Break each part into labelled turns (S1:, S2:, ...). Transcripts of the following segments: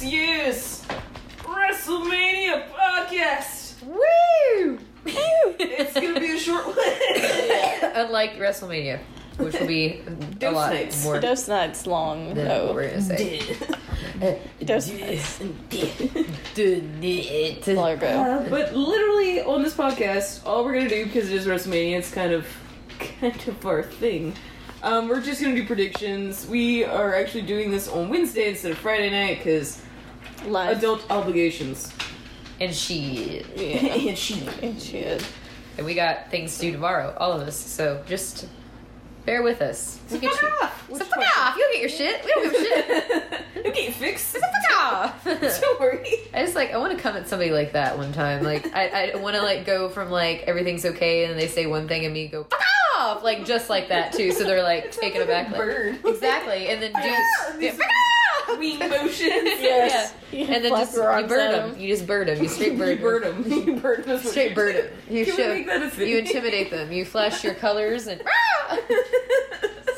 S1: year's WrestleMania podcast.
S2: Woo!
S1: It's gonna be a short one.
S2: Unlike WrestleMania, which will be a
S1: Dose
S2: lot
S1: nights.
S2: more than
S3: Dose night's long,
S2: what
S3: though.
S2: we're gonna say.
S3: Dose long ago.
S1: Uh, but literally on this podcast, all we're gonna do because it is WrestleMania, it's kind of kind of our thing. Um, we're just gonna do predictions. We are actually doing this on Wednesday instead of Friday night because
S3: Live.
S1: adult obligations.
S2: And she
S3: Yeah.
S1: and she.
S3: And she is.
S2: and we got things to do tomorrow, all of us. So just bear with us. We'll get you.
S1: off.
S2: So fuck off! You don't get your shit. We don't give a shit.
S1: okay, fix.
S2: So fuck off!
S1: Don't worry.
S2: I just like I want to come at somebody like that one time. Like I, I want to like go from like everything's okay, and they say one thing, and me go fuck off, like just like that too. So they're like taken
S1: Sounds like
S2: aback,
S1: a
S2: like,
S1: bird.
S2: exactly, and then do yeah,
S1: These
S2: fuck off,
S1: wing motions.
S2: Yes. and then
S3: Flap
S2: just you
S3: your arms
S2: bird
S3: at
S2: them. You just bird them. You straight bird
S1: You bird them. You bird them.
S2: Straight bird them. You
S1: Can we
S2: show.
S1: make that a thing?
S2: You intimidate them. You flash your colors and.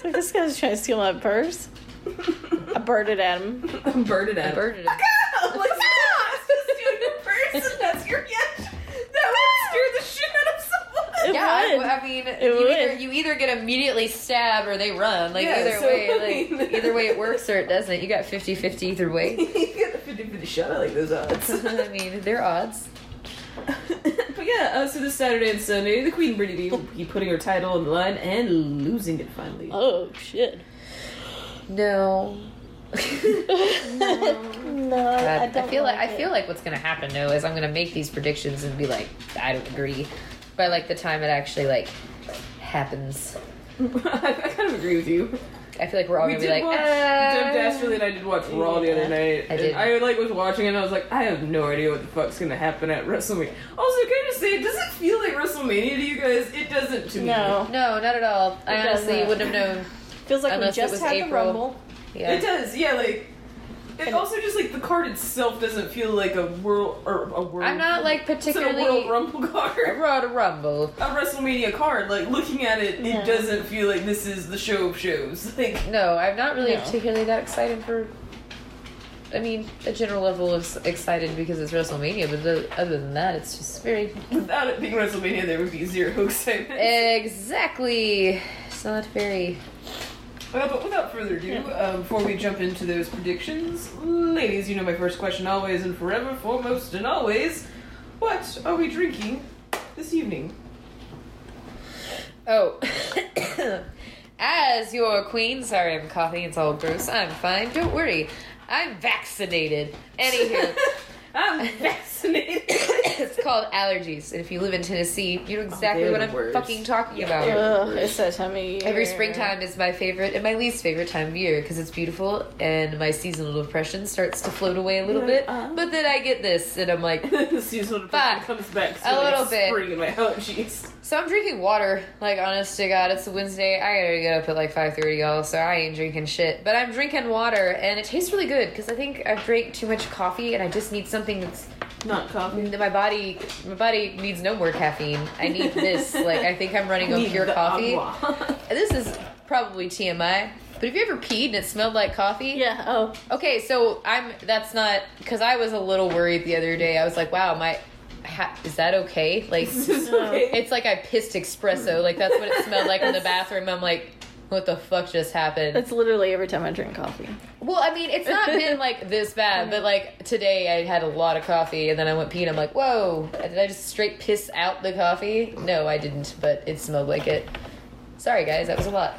S3: So this guy's trying to steal my purse. I birded at him.
S1: I'm birded at. it.
S2: Birded them.
S1: Like, that's just doing a person. That's your gift. That would scare the shit out of someone.
S3: It
S2: Yeah, I-
S3: would.
S2: I, mean,
S3: It
S2: you
S3: would.
S2: either, you either get immediately stabbed or they run. Like,
S1: Yeah,
S2: either
S1: so,
S2: way,
S1: I
S2: like,
S1: mean-
S2: either way it works or it doesn't. You got 50 50 either way.
S1: you get a 50 50 shot. I like those odds.
S2: I mean, they're odds.
S1: but yeah, uh, so this Saturday and Sunday, the Queen Brittany will be putting her title on the line and losing it finally.
S3: Oh, shit.
S2: No.
S3: no, I
S2: I,
S3: don't
S2: feel like,
S3: like
S2: I feel like what's gonna happen though is I'm gonna make these predictions and be like, I don't agree. By like the time it actually like happens,
S1: I, I kind of agree with you.
S2: I feel like we're all
S1: we
S2: gonna be
S1: did
S2: like, "Ah." uh,
S1: watch Deb Dastardly and I did watch Raw the other
S3: Yeah.
S1: night.
S2: I did.
S1: And I like was watching it and I was like, I have no idea what the fuck's gonna happen at WrestleMania. Also, can I just say, does it feel like WrestleMania to you guys? It doesn't to me.
S3: No.
S2: no, not at all. I
S3: It
S2: honestly
S3: doesn't.
S2: wouldn't have known.
S3: Feels like
S2: Unless it
S3: we just
S2: was
S3: had the
S2: April.
S3: rumble.
S2: Yeah.
S1: It does, yeah, like it also just like the card itself doesn't feel like a world or a world
S2: I'm not like
S1: it's not a
S2: particularly.
S1: world rumble
S2: I
S1: card.
S2: brought a rumble.
S1: A WrestleMania card, like looking at it,
S3: Yeah.
S1: it doesn't feel like this is the show of shows. Like
S2: No, I'm not really
S3: No.
S2: particularly that excited for. I mean, a general level of s- excited because it's WrestleMania, but the, other than that, it's just very
S1: without it being WrestleMania there would be zero excitement.
S2: exactly. It's not very.
S1: Uh, but without further ado, um, before we jump into those predictions, ladies, you know my first question always and forever, foremost and always. What are we drinking this evening?
S2: Oh, as your queen. Sorry, I'm coughing. It's all gross. I'm fine. Don't worry. I'm vaccinated. Anywho,
S1: I'm fascinated.
S2: it's called allergies, and if you live in Tennessee, you know exactly
S1: Oh, they're
S2: what
S1: the
S2: I'm
S1: worst.
S2: fucking talking about.
S3: Ugh, it's that time of year.
S2: Every springtime is my favorite and my least favorite time of year because it's beautiful and my seasonal depression starts to float away a little bit.
S1: "Uh-huh."
S3: Uh-uh.
S2: But then I get this and I'm like,
S1: the seasonal depression
S2: Fuck.
S1: comes back.
S2: A
S1: like,
S2: little bit.
S1: Spring in my allergies.
S2: so I'm drinking water. Like, honest to God, it's a Wednesday. I gotta get up at like 5:30, y'all. So I ain't drinking shit, but I'm drinking water and it tastes really good because I think I've drank too much coffee and I just need something that's
S1: Not coffee.
S2: that my body. My body needs no more caffeine. I need this. like, I think I'm running on
S1: Need
S2: pure
S1: the
S2: coffee.
S1: agua.
S2: This is probably TMI. But have you ever peed and it smelled like coffee?
S3: Yeah, oh.
S2: Okay, so I'm. That's not because I was a little worried the other day. I was like, "Wow, my, ha, is that okay?" Like,
S1: This is okay.
S2: it's like I pissed espresso. Like that's what it smelled like in the bathroom. I'm like, "What the fuck just happened?"
S3: That's literally every time I drink coffee.
S2: Well, I mean, it's not been like this bad, but like today I had a lot of coffee and then I went pee and I'm like, "Whoa, did I just straight piss out the coffee?" No, I didn't, but it smelled like it. Sorry, guys, that was a lot.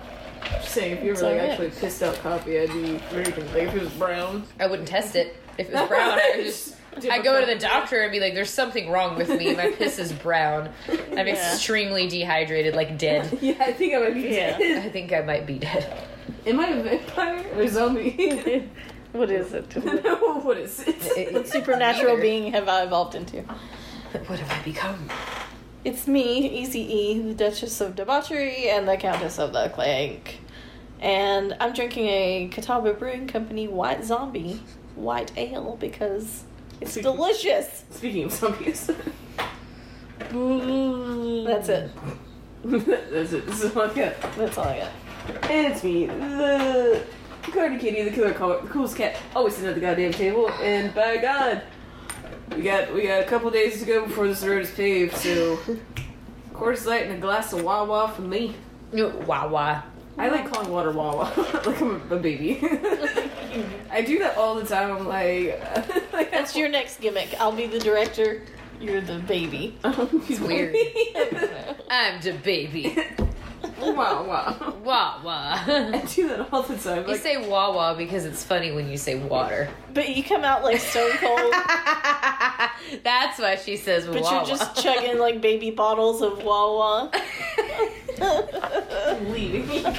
S1: Saying if you were
S3: It's
S1: like
S3: alright.
S1: actually pissed out coffee, I'd be freaking like if it was brown.
S2: I wouldn't test it if it was brown. I would just I go to the doctor and be like, "There's something wrong with me. My piss is brown. I'm
S3: Yeah.
S2: extremely dehydrated, like dead.
S1: Yeah, I think I might be
S3: Yeah.
S1: dead.
S2: I think I might be dead."
S1: Am I a vampire or zombie?
S3: What is it?
S1: no, what is it?
S2: It-
S3: Supernatural
S2: Neither.
S3: being have I evolved into?
S2: What have I become?
S3: It's me, Easy E, the Duchess of Debauchery and the Countess of the Clank. And I'm drinking a Catawba Brewing Company White Zombie White Ale because it's
S1: Speaking-
S3: delicious.
S1: Speaking of zombies,
S3: That's it.
S1: that's it. This is all I got.
S3: That's all I got.
S1: And it's me, the Cody Kitty, the killer, co- the coolest cat, always sitting at the goddamn table. And by God, we got we got a couple days to go before this road is paved. So, course light and a glass of Wawa for me.
S2: Wawa.
S1: I like calling water Wawa, like I'm a, a baby. I do that all the time. I'm like, like
S3: That's your next gimmick. I'll be the director. You're the baby.
S1: it's
S2: weird. I'm the baby.
S1: Wawa. I
S2: Wawa.
S1: do that all the time.
S2: You
S1: Like,
S2: say Wawa because it's funny when you say water.
S3: But you come out like stone cold.
S2: That's why she says
S3: Oh. But
S2: Wawa.
S3: you're just chugging like baby bottles of Wawa. I
S1: leaving.
S3: love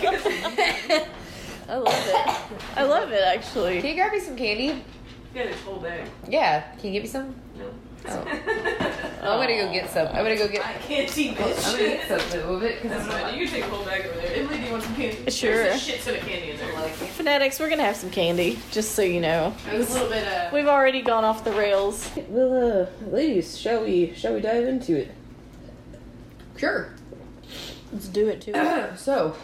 S3: it. I love it
S2: Can
S3: actually.
S2: you grab me some candy?
S1: Get a whole bag.
S2: Yeah. Can you give me some?
S1: No.
S2: Oh. I'm gonna go get some. I'm gonna go get.
S1: I can't see
S2: I'm gonna get
S1: bitch.
S2: something of it because
S1: That's
S2: it's
S1: what I
S2: not.
S1: do. You take a whole bag over there. Emily, do you want some candy?
S3: Sure.
S1: There's a shit ton of candy in there. Like,
S3: Fanatics, we're gonna have some candy, just so you know.
S1: it was a little bit uh.
S3: We've already gone off the rails.
S1: Well, uh, ladies, shall we? Shall we dive into it?
S2: Sure.
S3: Let's do it too.
S2: So,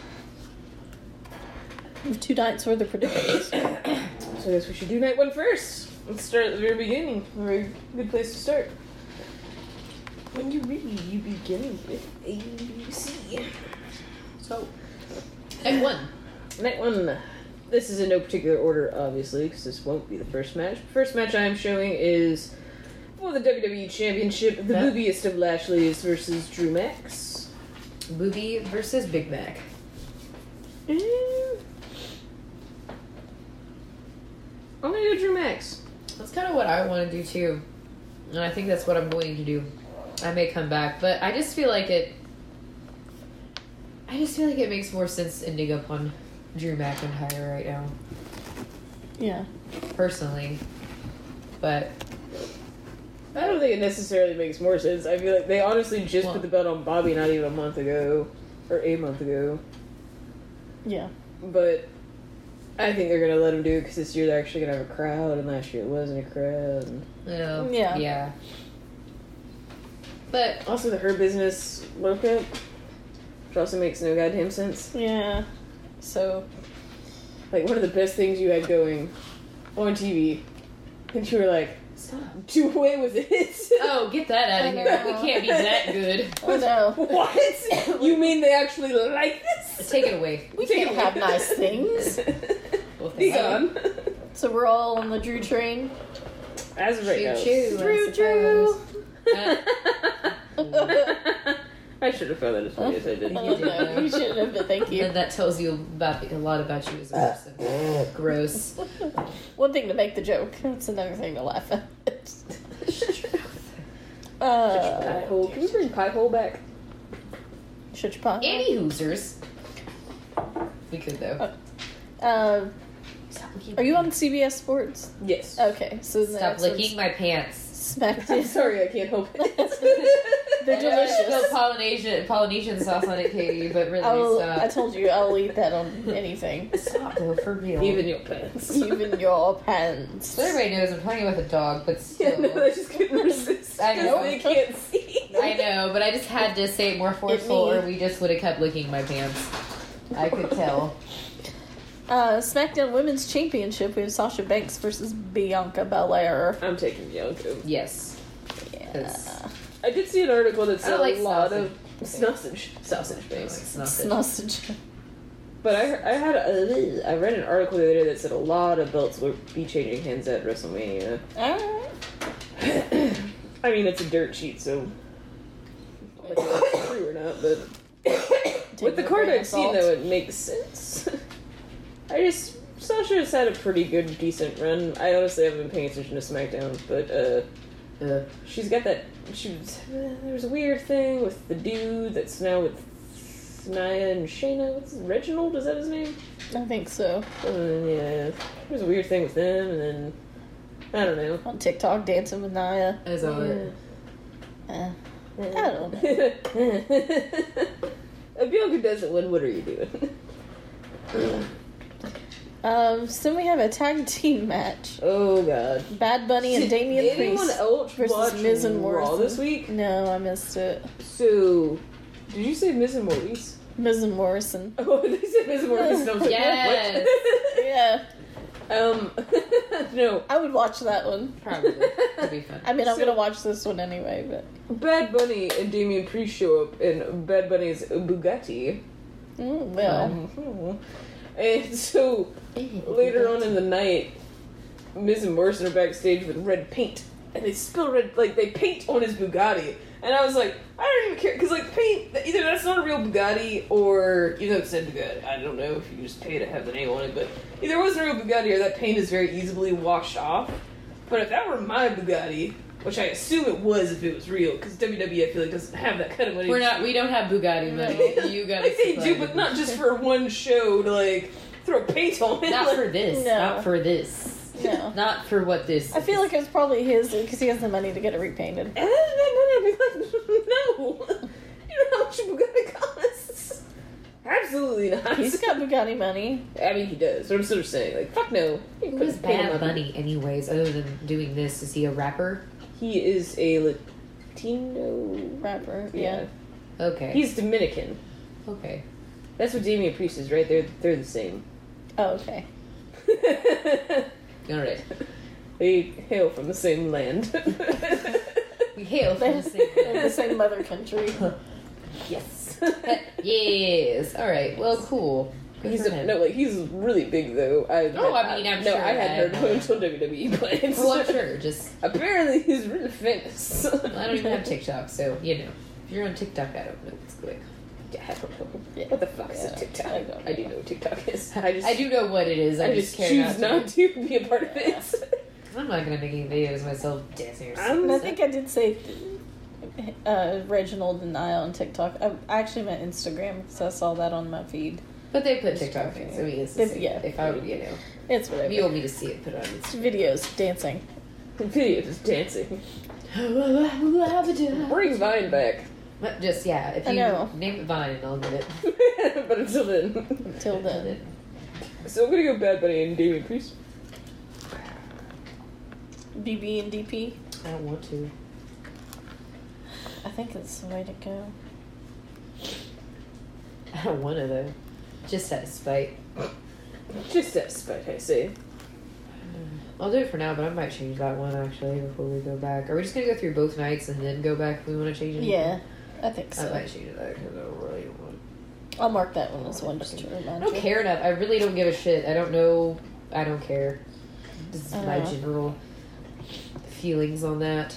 S3: Two nights worth of predictions.
S1: So I guess we should do night one first. Let's start at the very beginning. Very good place to start. When you read, you begin with A, B, C. So,
S2: and one.
S1: night one. This is in no particular order, obviously, because this won't be the first match. First match I am showing is for the WWE Championship, the
S2: Yeah.
S1: boobiest of Lashley's versus Drew Max.
S2: Booby versus Big Mac.
S1: I'm gonna go Drew Max.
S2: That's kind of what I want to do too. And I think that's what I'm going to do. I may come back, but I just feel like it. I just feel like it makes more sense ending up on Drew McIntyre right now,
S3: yeah.
S2: personally. But
S1: I don't think it necessarily makes more sense. I feel like they honestly just
S2: Well-
S1: put the belt on Bobby not even a month ago, or a month ago.
S3: Yeah.
S1: But I think they're gonna let him do it because this year they're actually gonna have a crowd, and last year it wasn't a crowd. And
S2: uh,
S3: Yeah.
S2: yeah. But
S1: also, the her business woke up, which also makes no goddamn sense.
S3: Yeah. So
S1: Like one of the best things you had going on TV, and you were like,
S2: stop.
S1: "Do away with it."
S2: Oh, get that out
S3: I
S2: of here!
S3: know.
S2: We can't be that good.
S3: Oh, no.
S1: What? you mean they actually like this?
S2: Take it away.
S3: we can't have nice things.
S2: Well, thank
S1: Be
S2: you.
S1: gone.
S3: So we're all on the Drew train.
S1: As of right now.
S2: Choo-choo, I
S3: Drew,
S2: suppose. Uh,
S3: Drew.
S1: I should have found that as funny as I did.
S2: You did.
S3: no, you shouldn't have, but thank you.
S2: And that tells you about a lot about you as a person. Gross.
S3: One thing to make the joke. That's another thing to laugh at. Uh,
S1: Pie hole. Can you bring pie hole back?
S3: shut your pie.
S2: Any hoosers. We could though.
S3: Um, Oh, are you on CBS Sports?
S1: Yes.
S3: Okay, so the
S2: Stop
S3: next one's
S2: licking my pants.
S3: Smacked
S1: I'm
S3: in.
S1: sorry, I can't help it.
S3: They're delicious.
S2: No Polynesian Polynesian sauce on it, Katie. But really,
S3: I'll,
S2: stop.
S3: Oh, I told you I'll eat that on anything,
S2: stop though, for real.
S1: Even your pants.
S3: even your pants.
S2: so everybody knows I'm talking about the dog, but still.
S1: Yeah, no, I just couldn't resist.
S2: I
S1: 'cause
S2: know.
S1: They can't see.
S2: I know, but I just had to say it more forceful,
S3: me.
S2: or we just would have kept licking my pants. I could tell.
S3: Uh, SmackDown Women's Championship. We have Sasha Banks versus Bianca Belair.
S1: I'm taking Bianca.
S2: Yes.
S3: Yeah.
S2: It's-
S1: I did see an article that
S2: I
S1: said
S2: don't like
S1: a lot
S2: sausage.
S1: of sausage, sausage base.
S2: It's not
S3: It's
S2: good.
S3: not such-
S1: But I, I had a, I read an article the other day that said a lot of belts will be changing hands at WrestleMania.
S3: Alright.
S1: I mean, it's a dirt sheet, so I don't know if it's true or not. But
S3: Take
S1: with the
S3: it
S1: card
S3: with a
S1: I've seen,
S3: salt.
S1: though, it makes sense. I just Sasha's had a pretty good, decent run. I honestly haven't been paying attention to SmackDown, but uh,
S2: Ugh.
S1: she's got that. She was there was a weird thing with the dude that's now with Nia and Shayna. What's Reginald? Is that his name?
S3: I think so.
S1: Uh, yeah, it was a weird thing with them, and then I don't know.
S3: On TikTok, dancing with Naya.
S2: That's all it.
S3: Eh. I don't know.
S1: if Bianca doesn't win, what are you doing?
S3: Um, so then we have a tag team match.
S1: oh God.
S3: Bad Bunny and
S1: Did
S3: Damian
S1: anyone
S3: Priest.
S1: else
S3: versus
S1: watch
S3: Miz and
S1: Raw
S3: Morrison.
S1: this week?
S3: No, I missed it.
S1: So, did you say Miz and Maurice?
S3: Mrs. Morrison.
S1: Oh, they said Miss Morrison. I was like,
S2: Yes.
S1: what?
S3: Yeah,
S1: um, no.
S3: I would watch that one.
S2: Probably. It'd be fun.
S3: I mean, I'm
S1: So-
S3: gonna watch this one anyway, but
S1: Bad Bunny and Damien Priest show up in Bad Bunny's Bugatti.
S3: mm, well,
S1: Mhm. And so later on in the night, Miz and Morrison are backstage with red paint, and they spill red like they paint on his Bugatti. And I was like, I don't even care because like paint either that's not a real Bugatti or you know it's a Bugatti. I don't know if you just pay to have the name on it, but either it wasn't a real Bugatti or that paint is very easily washed off. But if that were my Bugatti, which I assume it was if it was real, because WWE E, I feel like doesn't have that kind of money.
S2: We're not. We don't have Bugatti money. You gotta.
S1: like they do,
S2: supply
S1: but
S2: the-
S1: not just for one show to like throw paint on it.
S2: Not
S1: like-
S2: for this.
S3: No.
S2: Not for this.
S3: no.
S2: Not for what this.
S3: I feel
S2: is.
S3: like it's probably his because he has the money to get it repainted.
S1: And then I'd be like, no, you know how much Bugatti costs. Absolutely not.
S3: He's got Bugatti money.
S1: I mean, he does. But I'm sort of saying, like, fuck no. You can
S2: Who's
S1: put paint
S2: Bad
S1: on it.
S2: Bunny, anyways? Other than doing this, is he a rapper?
S1: He is a Latino.
S3: Rapper,
S1: Yeah.
S3: yeah.
S2: Okay.
S1: he's Dominican.
S2: okay.
S1: That's what Damien Priest is, right? They're they're the same.
S3: Oh, okay.
S2: All right.
S1: they hail from the same land.
S2: We hail from the same.
S3: They're the same mother country.
S1: yes.
S2: yes. All right. Well, cool. Good
S1: He's
S2: for
S1: a,
S2: him.
S1: no, like he's really big though. I
S2: Oh, I mean, I'm
S1: no,
S2: sure
S1: I
S2: I-
S1: had heard of him until WWE, but it's-
S2: Well, Oh, I'm sure. Just
S1: apparently he's really famous.
S2: I don't even have TikTok, so you know. If you're on TikTok, I don't know what's going. on.
S1: Yeah, I don't know.
S3: Yeah.
S1: What the fuck is
S3: Yeah.
S1: a TikTok?
S3: I
S1: I,
S3: don't
S1: do know what TikTok is. I just
S2: I do know what it is.
S1: I,
S2: I,
S1: just,
S2: care
S1: choose
S2: not.
S1: not to be a part of it.
S2: To. I'm not gonna make any videos myself dancing or
S1: I'm
S3: And I
S2: something.
S3: think I did say uh, Reginald and I on TikTok. I I actually meant Instagram because I saw that on my feed.
S2: But they put TikTok things. I mean, it's the
S3: They-
S2: same.
S3: yeah.
S2: If I would, you know,
S3: It's
S2: if you
S3: whatever.
S2: want me to see it, put it on Instagram.
S3: Videos, dancing.
S1: Video just dancing.
S2: Or
S1: Bring Vine back.
S2: But Just yeah, if
S3: I
S2: you
S3: know.
S2: name it Vine, and I'll get it.
S1: but until then.
S3: Until then.
S1: So I'm gonna go Bad Bunny and Damien Priest.
S3: BB and DP.
S2: I don't want to.
S3: I think it's the way to go.
S2: I don't want to though. Just out of spite.
S1: Just that spite, I say.
S2: I'll do it for now, but I might change that one actually before we go back. Are we just gonna go through both nights and then go back if we want to change it?
S3: Yeah, I think
S2: I
S3: so.
S2: might change that because I really don't want.
S3: I'll mark that one as one just to remind
S2: I don't
S3: you.
S2: care enough. I really don't give a shit. I don't know. I don't care. This is my
S3: Uh-huh.
S2: general feelings on that.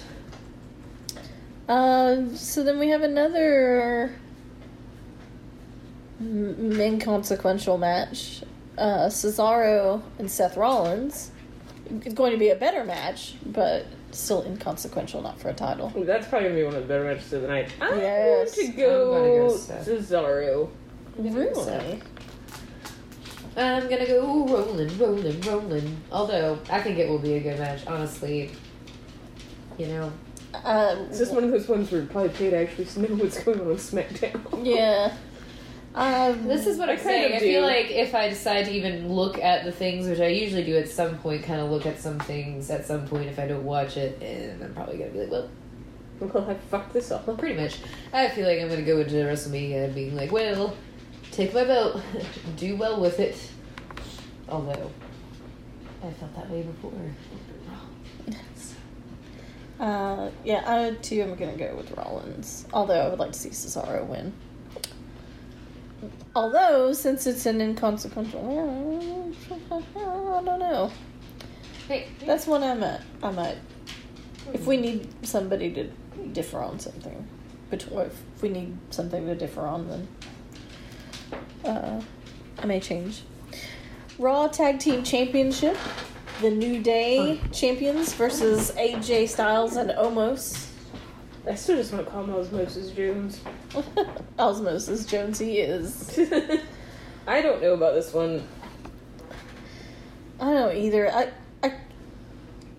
S3: Um, so then we have another m- inconsequential match. Uh, Cesaro and Seth Rollins. It's going to be a better match, but still inconsequential, not for a title.
S1: Ooh, that's probably gonna be one of the better matches of the night. I'm
S3: Yes.
S1: going to
S2: I'm
S1: go,
S2: gonna go Seth.
S1: Cesaro.
S3: Really?
S2: I'm gonna go rolling, rolling, rolling. Although I think it will be a good match, honestly. You know,
S3: Um,
S1: It's just one of those ones where you probably pay to actually know what's going on on SmackDown.
S3: yeah. Um,
S2: this is what
S1: I
S2: I'm
S1: kind
S2: saying.
S1: of
S2: I feel
S1: do.
S2: like if I decide to even look at the things, which I usually do at some point, kind of look at some things at some point if I don't watch it, and I'm probably gonna be like, well,
S1: Well, I fucked this up.
S2: well, pretty much. I feel like I'm gonna go into WrestleMania being like, well, take my belt, do well with it. Although, I felt that way before.
S3: Uh, yeah, I too am gonna go with Rollins. Although I would like to see Cesaro win. Although, since it's an inconsequential, I don't know.
S2: Hey,
S3: That's one I might, I might. If we need somebody to differ on something, bet- or if we need something to differ on, then uh, I may change. Raw Tag Team Championship, the New Day champions versus AJ Styles and Omos.
S1: I still just want to call him Osmosis Jones.
S3: Osmosis Jonesy is.
S1: I don't know about this one.
S3: I don't know either. I I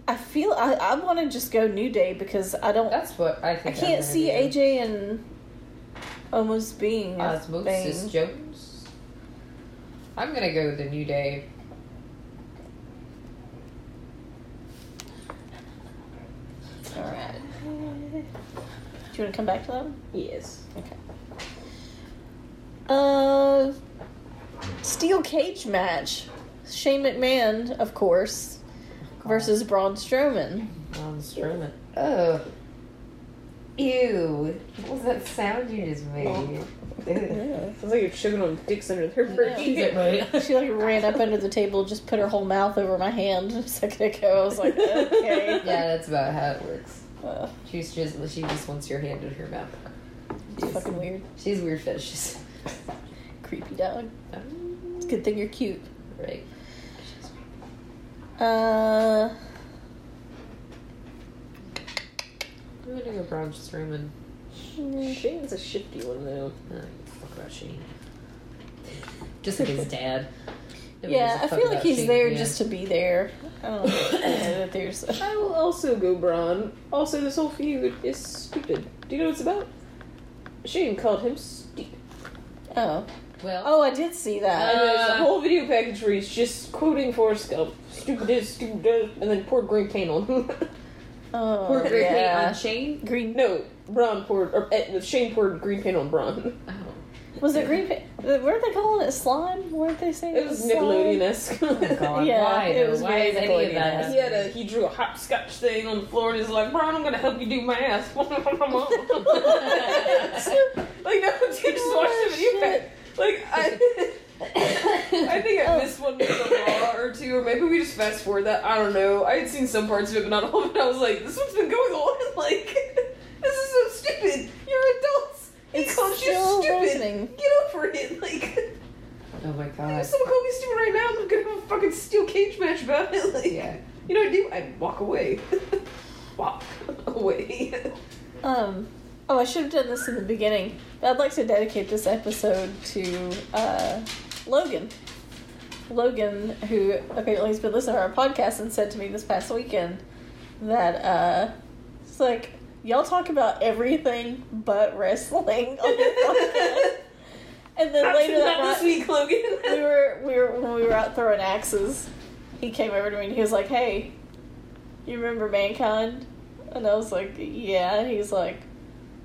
S3: I feel I, I want to just go New Day because I don't.
S2: That's what I
S3: I
S2: think. I'm gonna
S3: can't see
S2: do.
S3: AJ and almost being a
S2: Osmosis
S3: thing.
S2: Jones. I'm gonna go with the New Day.
S3: All right. Do you want to come back to that? one?
S1: Yes.
S3: Okay. Uh, steel cage match. Shane McMahon, of course, versus Braun Strowman.
S1: Braun Strowman.
S2: Oh. Ew. What was that sound you just made?
S3: Oh.
S1: Sounds like you're chugging on dicks under their
S3: Is
S1: burger.
S3: She like ran up under the table, and just put her whole mouth over my hand a second ago. I was like, okay.
S2: yeah, that's about how it works.
S3: Uh,
S2: She's just she just wants your hand in her mouth.
S3: it's fucking weird.
S2: She's weird fetishes.
S3: Creepy dog.
S2: Um,
S3: It's a good thing you're cute.
S2: right.
S3: Uh,
S2: I'm gonna go Braun Strowman.
S1: Shane's a shifty one though.
S2: I don't give a fuck about Shane. Just like his dad. Nobody
S3: yeah,
S2: gives a
S3: I
S2: fuck
S3: feel like
S2: about
S3: he's
S2: Shane
S3: there
S2: McMahon.
S3: just to be there. I don't know that there's.
S1: I will also go Braun. Also, this whole feud is stupid. Do you know what it's about? Shane called him stupid.
S3: Oh,
S2: well.
S3: oh, I did see
S1: And
S3: that.
S1: there's a
S2: Uh.
S1: whole video package where he's just quoting Forrest Gump, stupid is, stupid is, and then poured green paint on him.
S3: Oh,
S2: Poor Great Hate on
S3: yeah.
S2: Shane.
S3: Green.
S1: no, Braun poured, or eh, Shane poured green paint on Braun.
S2: Oh.
S3: Was it green? pa- Weren't they calling it slime? Weren't they saying
S1: It was
S3: slime?
S1: Nickelodeon-esque.
S2: Oh, God.
S3: Yeah,
S2: Why?
S3: it
S2: though?
S3: was
S2: Why is
S3: very
S2: any of that?
S1: He had a he drew a hopscotch thing on the floor and he's like, Brian, I'm gonna help you do my ass. like no, dude,
S3: Oh,
S1: just watch the video back. Like I I think
S3: Oh.
S1: I missed one maybe a Raw or two, or maybe we just fast forward that. I don't know. I had seen some parts of it, but not all of it. I was like, this one's been going on. Like, this is so stupid. You're adults. He
S3: It's
S1: calls you
S3: still
S1: stupid.
S3: listening.
S1: Get over it. Like,
S2: Oh my god.
S1: if someone called me stupid right now, I'm gonna have a fucking steel cage match about it. Like,
S2: Yeah.
S1: you know what I do? I walk away. walk away.
S3: Um, oh, I should have done this in the beginning. But I'd like to dedicate this episode to uh, Logan. Logan, who apparently has been listening to our podcast and said to me this past weekend that uh, it's like, y'all talk about everything but wrestling on the podcast. And then later that
S1: Not this
S3: night,
S1: week, Logan.
S3: we were we were when we were out throwing axes, he came over to me and he was like, "Hey, you remember Mankind?" And I was like, "Yeah." And he's like,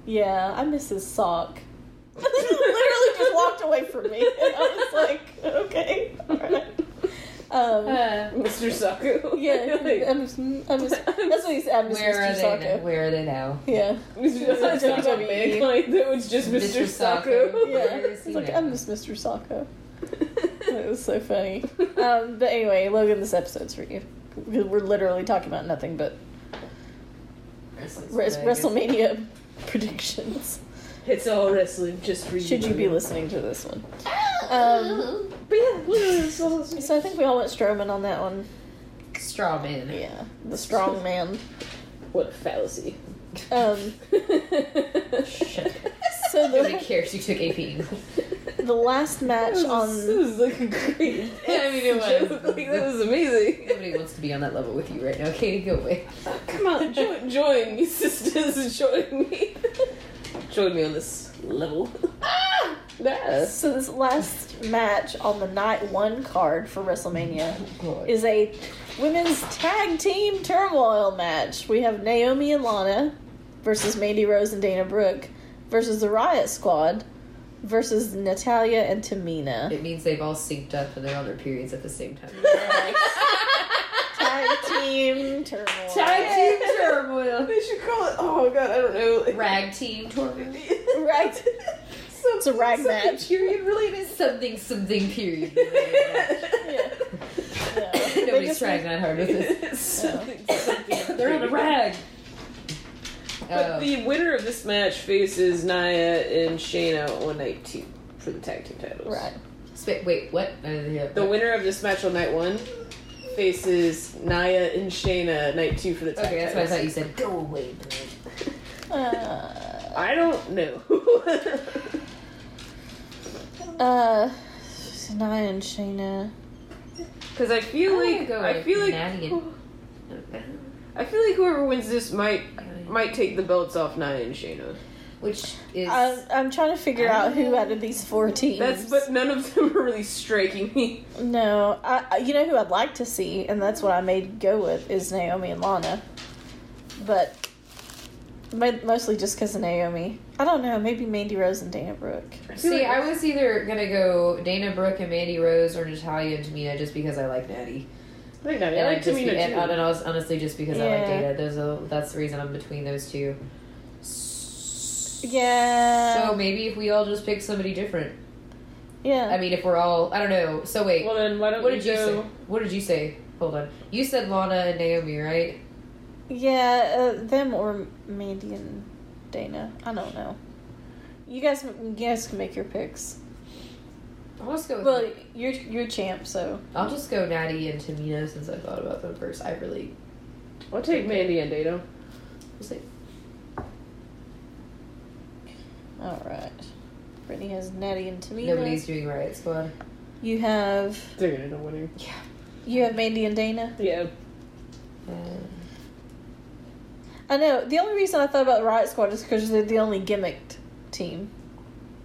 S3: "Yeah, I miss his sock." Literally just walked away from me, and I was like, "Okay, alright." Um,
S2: Uh,
S1: Mr. Saku.
S3: yeah, I'm, I'm just, that's what he said. I'm just
S2: where are
S3: Mr.
S2: they? Now?
S3: Socko.
S2: Where are they now?
S3: Yeah,
S1: Mr.
S3: WWE.
S1: Saku. Mankind, that was just Mr.
S2: Mr. Saku.
S1: Saku.
S3: yeah.
S2: is he
S3: He's like,
S2: now?
S3: "I'm just Mr. Socko." It was so funny. Um, but anyway, Logan, this episode's for you. We're literally talking about nothing but
S2: Wrestling's
S3: res-
S2: Vegas.
S3: WrestleMania predictions.
S1: It's all wrestling, just for
S3: Should you be listening to this one? Um,
S1: But yeah, it's all wrestling.
S3: so I think we all went Strowman on that one.
S2: Straw man.
S3: Yeah, the strong man.
S1: what a fallacy.
S3: Um,
S2: Shit.
S3: so
S2: Nobody
S3: the,
S2: cares. You took AP English.
S3: the last
S1: That
S3: match
S1: was,
S3: on
S1: this is like a great.
S2: Yeah, I mean, it was.
S1: joke. Like, that was amazing.
S2: Nobody wants to be on that level with you right now. Katie, go away.
S1: Come on, join, join me, sisters, join me. join me on this level. Yes.
S3: so this last match on the night one card for WrestleMania
S2: God.
S3: is a women's tag team turmoil match. We have Naomi and Lana versus Mandy Rose and Dana Brooke versus the Riot Squad versus Natalia and Tamina.
S2: It means they've all synced up and they're on their periods at the same time.
S3: Tag team turmoil.
S1: Tag team
S2: turmoil.
S1: They should call it. Oh god, I don't know. Like,
S2: Rag team turmoil.
S3: Rag-
S1: Some,
S3: It's a rag
S1: something
S3: match.
S1: Period related.
S2: Something, something period.
S3: Yeah. Yeah. They
S2: Nobody's
S3: just-
S2: trying that hard with this.
S1: something, something.
S2: They're on a rag.
S1: But
S2: Oh,
S1: the winner of this match faces Naya and Shayna on night two for the tag team titles.
S3: Right.
S2: sp- wait, what? Uh, yeah,
S1: The
S2: what?
S1: winner of this match on night one faces Naya and Shayna night two for the tag
S2: Okay, that's what I
S1: titles.
S2: thought you said. Go away, man.
S3: Uh,
S1: I don't know.
S3: uh, Naya and Shayna.
S1: Because I feel
S2: I wanna
S1: like
S2: go
S1: I
S2: with
S1: feel like
S2: Natty and-
S1: I feel like whoever wins this might might take the belts off Nia and Shayna.
S2: Which is
S3: I'm, I'm trying to figure out who out of these four teams.
S1: That's but none of them are really striking me.
S3: No, I, I- you know who I'd like to see, and that's what I made go with is Naomi and Lana. But Mo- Mostly just because of Naomi. I don't know. Maybe Mandy Rose and Dana Brooke.
S2: See, I was either gonna go Dana Brooke and Mandy Rose or Natalia and Tamina just because I like Natty.
S1: I like that. I
S2: And
S1: like
S2: just be-
S1: Tamina
S2: and, uh,
S1: too.
S2: and I was honestly just because I like
S3: Yeah.
S2: Dana. Those are, that's the reason I'm between those two. S-
S3: Yeah.
S2: So maybe if we all just pick somebody different.
S3: Yeah.
S2: I mean, if we're all I don't know. So wait,
S1: Well then, why don't
S2: what
S1: we
S2: did you
S1: go?
S2: say? What did you say? Hold on. You said Lana and Naomi, right?
S3: yeah, uh, them or Mandy and Dana. I don't know. You guys, you guys can make your picks.
S2: I'll just go. With
S3: Well, you're you're champ, so
S2: I'll just go Natty and Tamina since I thought about them first. I really
S1: I'll take Mandy and Dana.
S2: was like,
S3: all right. Brittany has Natty and Tamina.
S2: nobody's doing uh, Riot Squad.
S3: You have
S1: They're gonna know winning.
S2: Yeah.
S3: you have Mandy and Dana.
S1: Yeah.
S3: I know. The only reason I thought about Riot Squad is because they're the only gimmicked team.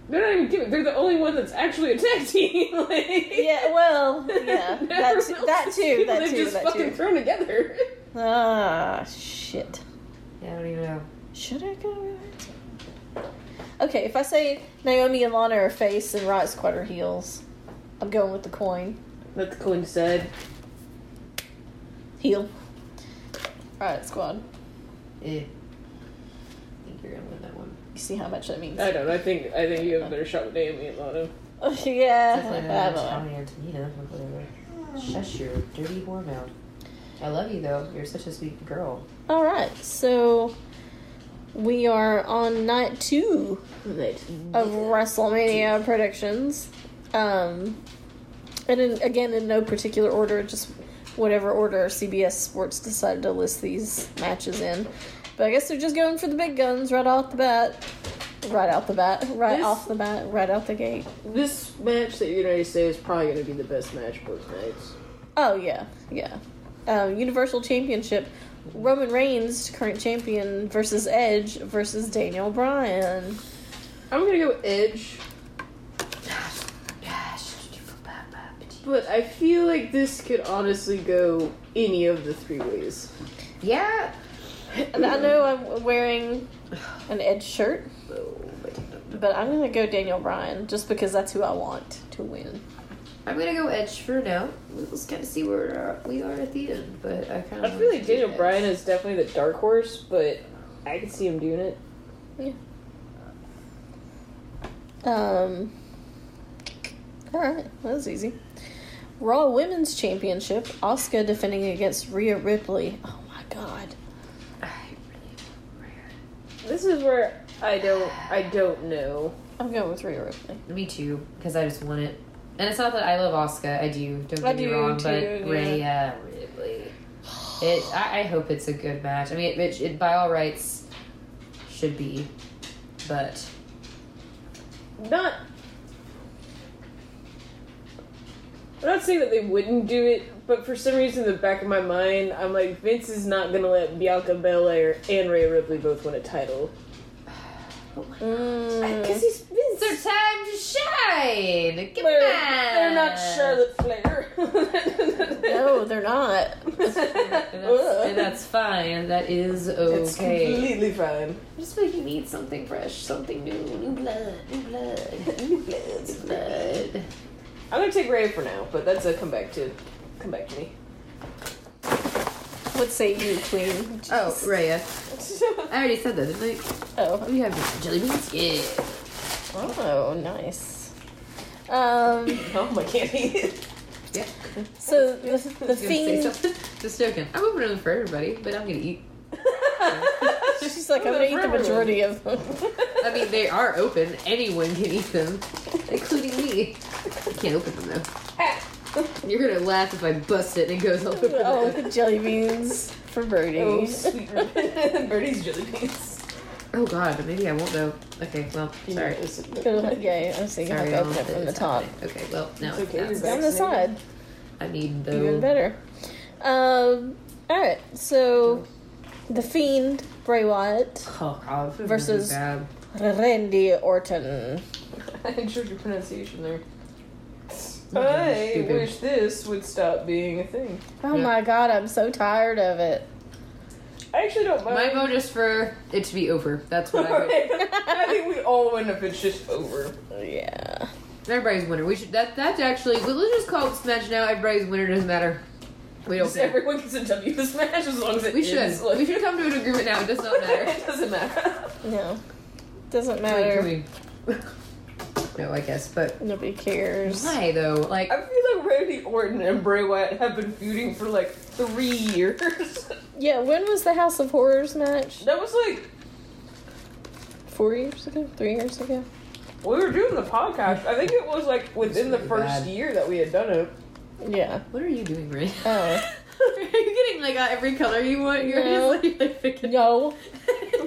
S1: They're not even giving. They're the only one that's actually a tag team. like-
S3: Yeah, well, yeah,
S1: Everyone
S3: that
S1: else
S3: too- that
S1: is
S3: too,
S1: people
S3: that
S1: They've
S3: too,
S1: just
S3: that
S1: fucking
S3: too.
S1: thrown together.
S3: Ah, shit.
S2: yeah, I don't even know.
S3: Should I go Riot Squad? Okay, if I say Naomi and Lana are face and Riot Squad are heels, I'm going with the coin.
S1: That's coin said.
S3: Heel. Riot Squad.
S2: Eh. I think you're gonna win that one.
S3: You see how much that means.
S1: I don't. know, I think. I think you have a better shot with Naomi and Lana.
S3: yeah.
S2: Definitely
S3: I
S2: not
S3: don't know.
S2: Natalia and Tamina. Whatever.
S3: Oh.
S2: Shush your dirty whoremouth. I love you though. You're such a sweet girl.
S3: All right, so we are on night two of WrestleMania predictions. Um, and in, again, in no particular order, just whatever order CBS Sports decided to list these matches in. But I guess they're just going for the big guns right off the bat. Right out the bat, right
S1: This-
S3: off the bat, right out the gate.
S1: This match that you're gonna say is probably gonna be the best match both nights.
S3: Oh yeah, yeah. Um, Universal Championship: Roman Reigns, current champion, versus Edge versus Daniel Bryan.
S1: I'm gonna go Edge, but I feel like this could honestly go any of the three ways.
S2: Yeah.
S3: And I know I'm wearing an Edge shirt, Oh, but I'm gonna go Daniel Bryan just because that's who I want to win.
S2: I'm gonna go Edge for now. Let's kind of see where we are at the end, but I kind
S1: I
S2: of.
S1: feel like Daniel Bryan is definitely the dark horse, but I can see him doing it.
S3: Um. All right, that was easy. Raw Women's Championship: Oscar defending against Rhea Ripley. Oh my God.
S2: I really
S1: This is where I don't. I don't know.
S3: I'm going with Rhea Ripley.
S2: Me too, because I just want it. And it's not that I love Oscar. I do. Don't get
S3: I
S2: me
S3: do
S2: wrong,
S3: too,
S2: but Rhea
S3: yeah.
S2: Ripley. It. I, I hope it's a good match. I mean, it, it by all rights should be, but
S1: Not. I'm not saying that they wouldn't do it, but for some reason, in the back of my mind, I'm like Vince is not gonna let Bianca Belair and Rhea Ripley both win a title because
S2: Mm.
S1: he's Vince.
S2: it's their time to shine. Come
S1: They're,
S2: on.
S1: they're not Charlotte Flair.
S3: No, they're not.
S2: And that's, and that's fine. That is
S1: It's
S2: okay.
S1: completely fine.
S2: I just feel like you need something fresh, something new, new blood, new blood, new blood, new blood.
S1: I'm gonna take Rhea for now, but that's a comeback to come back to me.
S3: What say you, Queen?
S2: Oh, Raya. I already said that, didn't I?
S3: Oh,
S2: We have jelly beans. Yeah.
S3: oh, nice. Um,
S1: oh my candy.
S2: Yeah.
S3: so the, the
S2: You gonna say
S3: fiend.
S2: something? Just joking. I'm opening them for everybody, but I'm gonna eat.
S3: She's like, I'm gonna eat the majority of them.
S2: I mean, they are open. Anyone can eat them, including me. I can't open them though. You're gonna laugh if I bust it and it goes all over.
S3: oh,
S2: the-
S3: the jelly beans for Birdie.
S1: Oh, sweet Birdie's jelly beans.
S2: oh God, maybe I won't though. Okay, well, sorry.
S3: Go- yeah, I'm seeing how
S2: Sorry,
S3: to open
S2: I'll-
S3: it from the
S2: it's
S3: top.
S2: happening. Okay, well, now
S1: It's okay,
S2: it's
S1: you're
S2: not.
S1: back.
S3: Down the side,
S2: I need the.
S3: even better. Um, all right, so the fiend Bray Wyatt
S2: Oh God, this is
S3: Versus-
S2: bad.
S3: Randy Orton.
S1: I enjoyed your pronunciation there.
S2: Okay,
S1: I
S2: stupid.
S1: wish this would stop being a thing.
S3: Oh
S2: Yeah.
S3: my god, I'm so tired of it.
S1: I actually don't mind.
S2: My vote is for it to be over. That's what I vote.
S1: Alright. I think we all win if it's just over.
S3: Yeah.
S2: Everybody's winner. We should that that's actually well, let's just call it Smash now. Everybody's winner doesn't matter. We don't
S1: Just
S2: care.
S1: everyone gets a W this match as long as it
S2: We should.
S1: ends. Like-
S2: We should come to an agreement now. It does not matter.
S1: it doesn't matter.
S3: No. Doesn't
S2: Wait,
S3: matter.
S2: can we- No, I guess, but
S3: Nobody cares.
S2: why though? Like
S1: I feel like Randy Orton and Bray Wyatt have been feuding for like three years.
S3: Yeah, when was the House of Horrors match?
S1: that was like
S3: Four years ago? Three years ago?
S1: we were doing the podcast. I think it was like within the
S2: really
S1: first
S2: bad.
S1: year that we had done it.
S3: Yeah.
S2: what are you doing, Ray?
S3: Oh.
S2: Are you getting like uh, every color you want? You're
S3: No.
S2: just like picking.
S3: No.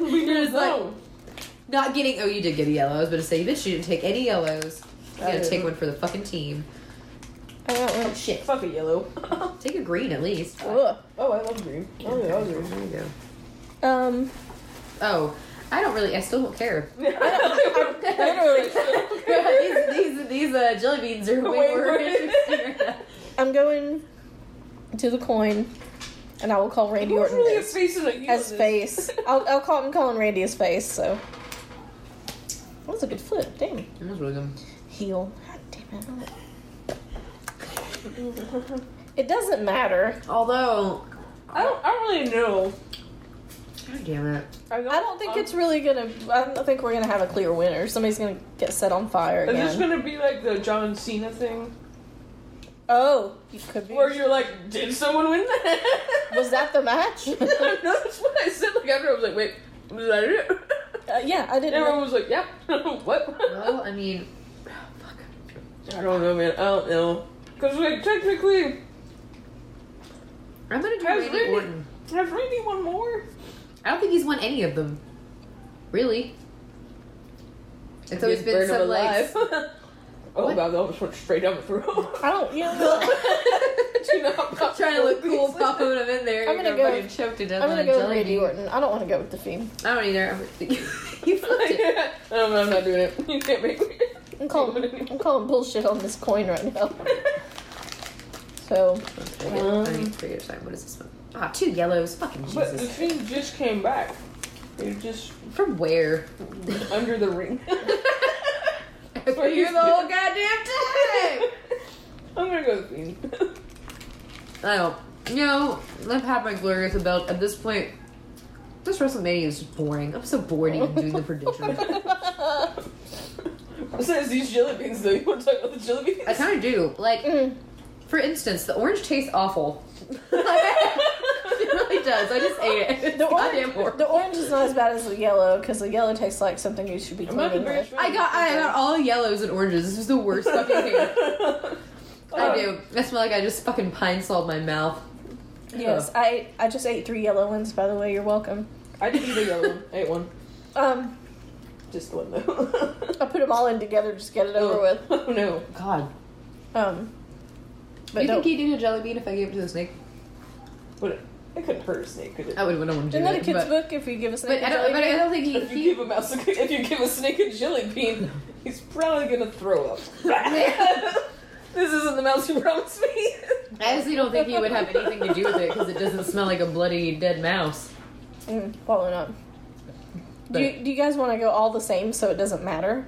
S1: We
S2: You're
S1: did
S2: just like
S1: well.
S2: not getting. Oh, you did get a yellow. I was about to say, bitch, you didn't take any yellows. You
S1: I
S2: gotta
S1: didn't.
S2: take one for the fucking team.
S3: I don't
S2: Oh
S3: want
S2: shit.
S1: Fuck a yellow.
S2: Take a green at least.
S3: Ugh.
S1: oh, I love green. Oh, yeah, I love green.
S2: There you go.
S3: Um,
S2: Oh, I don't really. I still don't care.
S1: Literally.
S2: these these these uh, jelly beans are way
S1: Way
S2: more
S1: more-
S2: interesting. right now.
S3: I'm going to the coin, and I will call Randy
S1: Who's
S3: Orton
S1: really a
S3: as,
S1: face in a
S3: as face. Oh. I'll, I'll call him calling Randy his face. So that was a good flip. Damn
S2: That was really good.
S3: heel. God damn it. It doesn't matter.
S2: Although,
S1: I don't. I don't really know.
S2: god damn it.
S3: I don't think it's really gonna. I don't think we're gonna have a clear winner. Somebody's gonna get set on fire
S1: Is
S3: again.
S1: this gonna be like the John Cena thing,
S3: oh, you could be.
S1: where you're like, did someone win that?
S3: Was that the match?
S1: no, that's what I said. Like after I was like, wait, was that it?
S3: Uh, yeah, I
S1: And
S3: didn't.
S1: everyone
S3: know.
S1: was like, yep. what?
S2: Well, I mean, fuck.
S1: I don't know, man. I don't know. Cause like technically,
S2: I'm gonna do
S1: How's
S2: Randy
S1: Randy?
S2: Orton.
S1: has Randy won more?
S2: I don't think he's won any of them. Really. It's always
S1: Just
S2: been
S1: burn him
S2: some
S1: alive.
S2: like.
S1: oh
S2: What?
S1: god, that almost went straight down the throat.
S3: I don't. You know,
S1: Do not pop
S2: Trying to look cool,
S1: please.
S2: popping him in there.
S3: I'm
S2: You're
S3: gonna go-
S2: Fucking choke to death
S3: I'm
S2: on
S3: gonna
S2: a
S3: go with
S2: jelly
S3: Randy
S2: bean.
S3: Orton. I don't want to go with the Fiend.
S2: I don't either. I'm- you flipped it.
S1: I don't know, I'm not doing it. You can't make me.
S3: I'm calling, I'm calling bullshit on this coin right now. So,
S2: I get- I need to figure this out. What is this one? Ah, two yellows. Fucking
S1: But the
S2: Jesus.
S1: fiend just came back. They're just
S2: From where?
S1: under the ring.
S2: For you the whole goddamn time.
S1: I'm gonna go with fiend.
S2: I don't. Oh, You know, I've had my glory with the belt. At this point, this WrestleMania is boring. I'm so bored even doing the prediction.
S1: Besides these jelly beans, though, you want to talk about the jelly beans?
S2: I kind of do. Like,
S3: mm,
S2: for instance, the orange tastes awful. it really does. I just ate it. It's
S3: the,
S2: goddamn
S3: orange,
S2: horrible.
S3: the orange is not as bad as the yellow because the yellow tastes like something you should be
S1: I'm not the
S3: cleaning
S1: biggest
S3: with.
S1: fan.
S2: I got I got all yellows and oranges. This is the worst fucking thing. I
S1: Uh, Oh.
S2: do. I smell like I just fucking pine sawed my mouth.
S3: Yes,
S2: Oh.
S3: I I just ate three yellow ones. By the way, you're welcome.
S1: I didn't eat a yellow one. I ate one.
S3: Um,
S1: Just one, though.
S3: I put them all in together just get it over with.
S1: Oh, no.
S2: God.
S3: Um, but
S2: you
S3: don't.
S2: think he'd eat a jelly bean if I gave it to the snake?
S1: But it, it couldn't hurt a snake, could it?
S2: I would want to do
S3: Isn't that a
S2: it.
S3: kid's
S2: But,
S3: book? If you give us,
S2: but, I don't, but I don't think he.
S1: If you
S2: he
S1: give a mouse a, if you give a snake a jelly bean, he's probably gonna throw up. this isn't the mouse you promised me.
S2: I honestly don't think he would have anything to do with it because it doesn't smell like a bloody dead mouse.
S3: mm, following up. Do
S2: But-
S3: you, do you guys want to go all the same so it doesn't matter?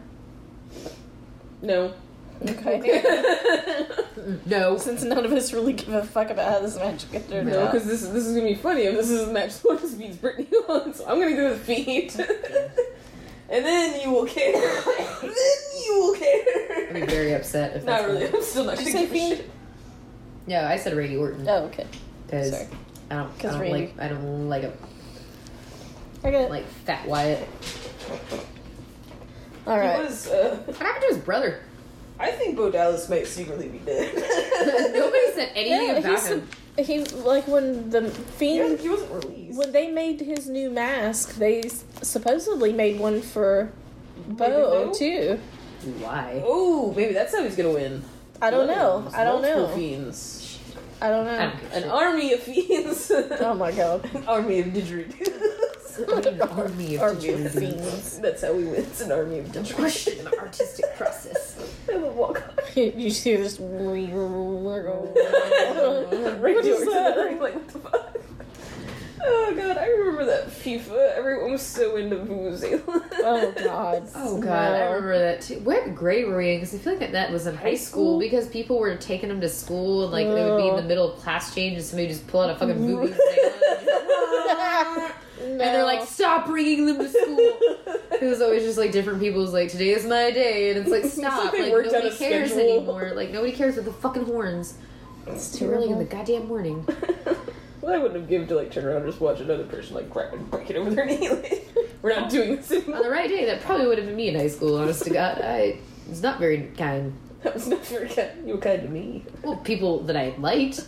S1: No.
S3: Okay.
S2: No.
S3: Since none of us really give a fuck about how this match gets turned
S1: No,
S3: out.
S1: because this this is gonna be funny if this is a match one beats Brittany on, so I'm gonna go with feet. and then you will care. then you will
S2: I'd be
S1: care.
S2: very upset if that's
S1: Not really.
S2: what-
S1: I'm still not
S3: Did
S1: gonna
S3: you say
S1: give a
S3: fiend?
S1: shit.
S2: No, I said Randy Orton
S3: Oh, okay.
S2: because
S3: Sorry.
S2: I don't, I
S3: 'Cause
S2: don't
S3: Randy.
S2: like I don't like a
S3: I got it.
S2: like fat Wyatt.
S3: all
S1: He
S3: right.
S1: was. Uh,
S2: What happened to his brother?
S1: I think Bo Dallas might secretly be dead.
S2: Nobody said anything
S3: Yeah,
S2: about
S3: he's
S2: him.
S3: a, he like when the
S1: Yeah,
S3: fiend
S1: he wasn't released.
S3: when they made his new mask, they s- supposedly made one for Bo
S1: Bo?
S3: too.
S2: Why?
S1: Oh, maybe that's how he's gonna win.
S3: I don't know.
S1: Those
S3: I don't
S1: multiple
S3: know.
S1: Fiends.
S3: I don't
S2: I
S3: know.
S2: don't give
S1: An
S2: a
S1: army of fiends.
S3: Oh my god.
S1: An army of didgeridoos.
S2: shit. I need an army of
S3: Army of
S2: didgeridoos.
S3: fiends.
S1: That's how we win. It's an army of didgeridoos.
S2: Don't question the artistic process.
S1: I would walk up.
S3: you see this? Oh
S1: Right door
S3: what is
S1: to the
S3: that?
S1: ring, like, what the fuck? Oh god, I remember that FIFA. Everyone was so into Vuvuzela.
S3: Oh god.
S2: Oh god, I
S3: No.
S2: remember that too. What grade were we in? Because I feel like that, that was in high school
S1: school?
S2: because people were taking them to school and like they would be in the
S3: Oh.
S2: middle of class change and somebody would just pull out a fucking booby "Oh, and they're like, "Stop bringing them to school." It was always just like different people's like, "Today is my day," and it's like,
S1: It's like
S2: "Stop!"
S1: they
S2: Like,
S1: worked out
S2: nobody
S1: a
S2: cares
S1: schedule.
S2: anymore. Like nobody cares with the fucking horns. It's too early in the goddamn morning.
S1: what I wouldn't have given to like turn around and just watch another person like grab and break it over their knee. Like, we're not doing this
S2: On
S1: anymore.
S2: the right day, that probably would have been me in high school. Honest to God, I was not very kind.
S1: That was not very kind. You were kind to me.
S2: Well, people that I liked.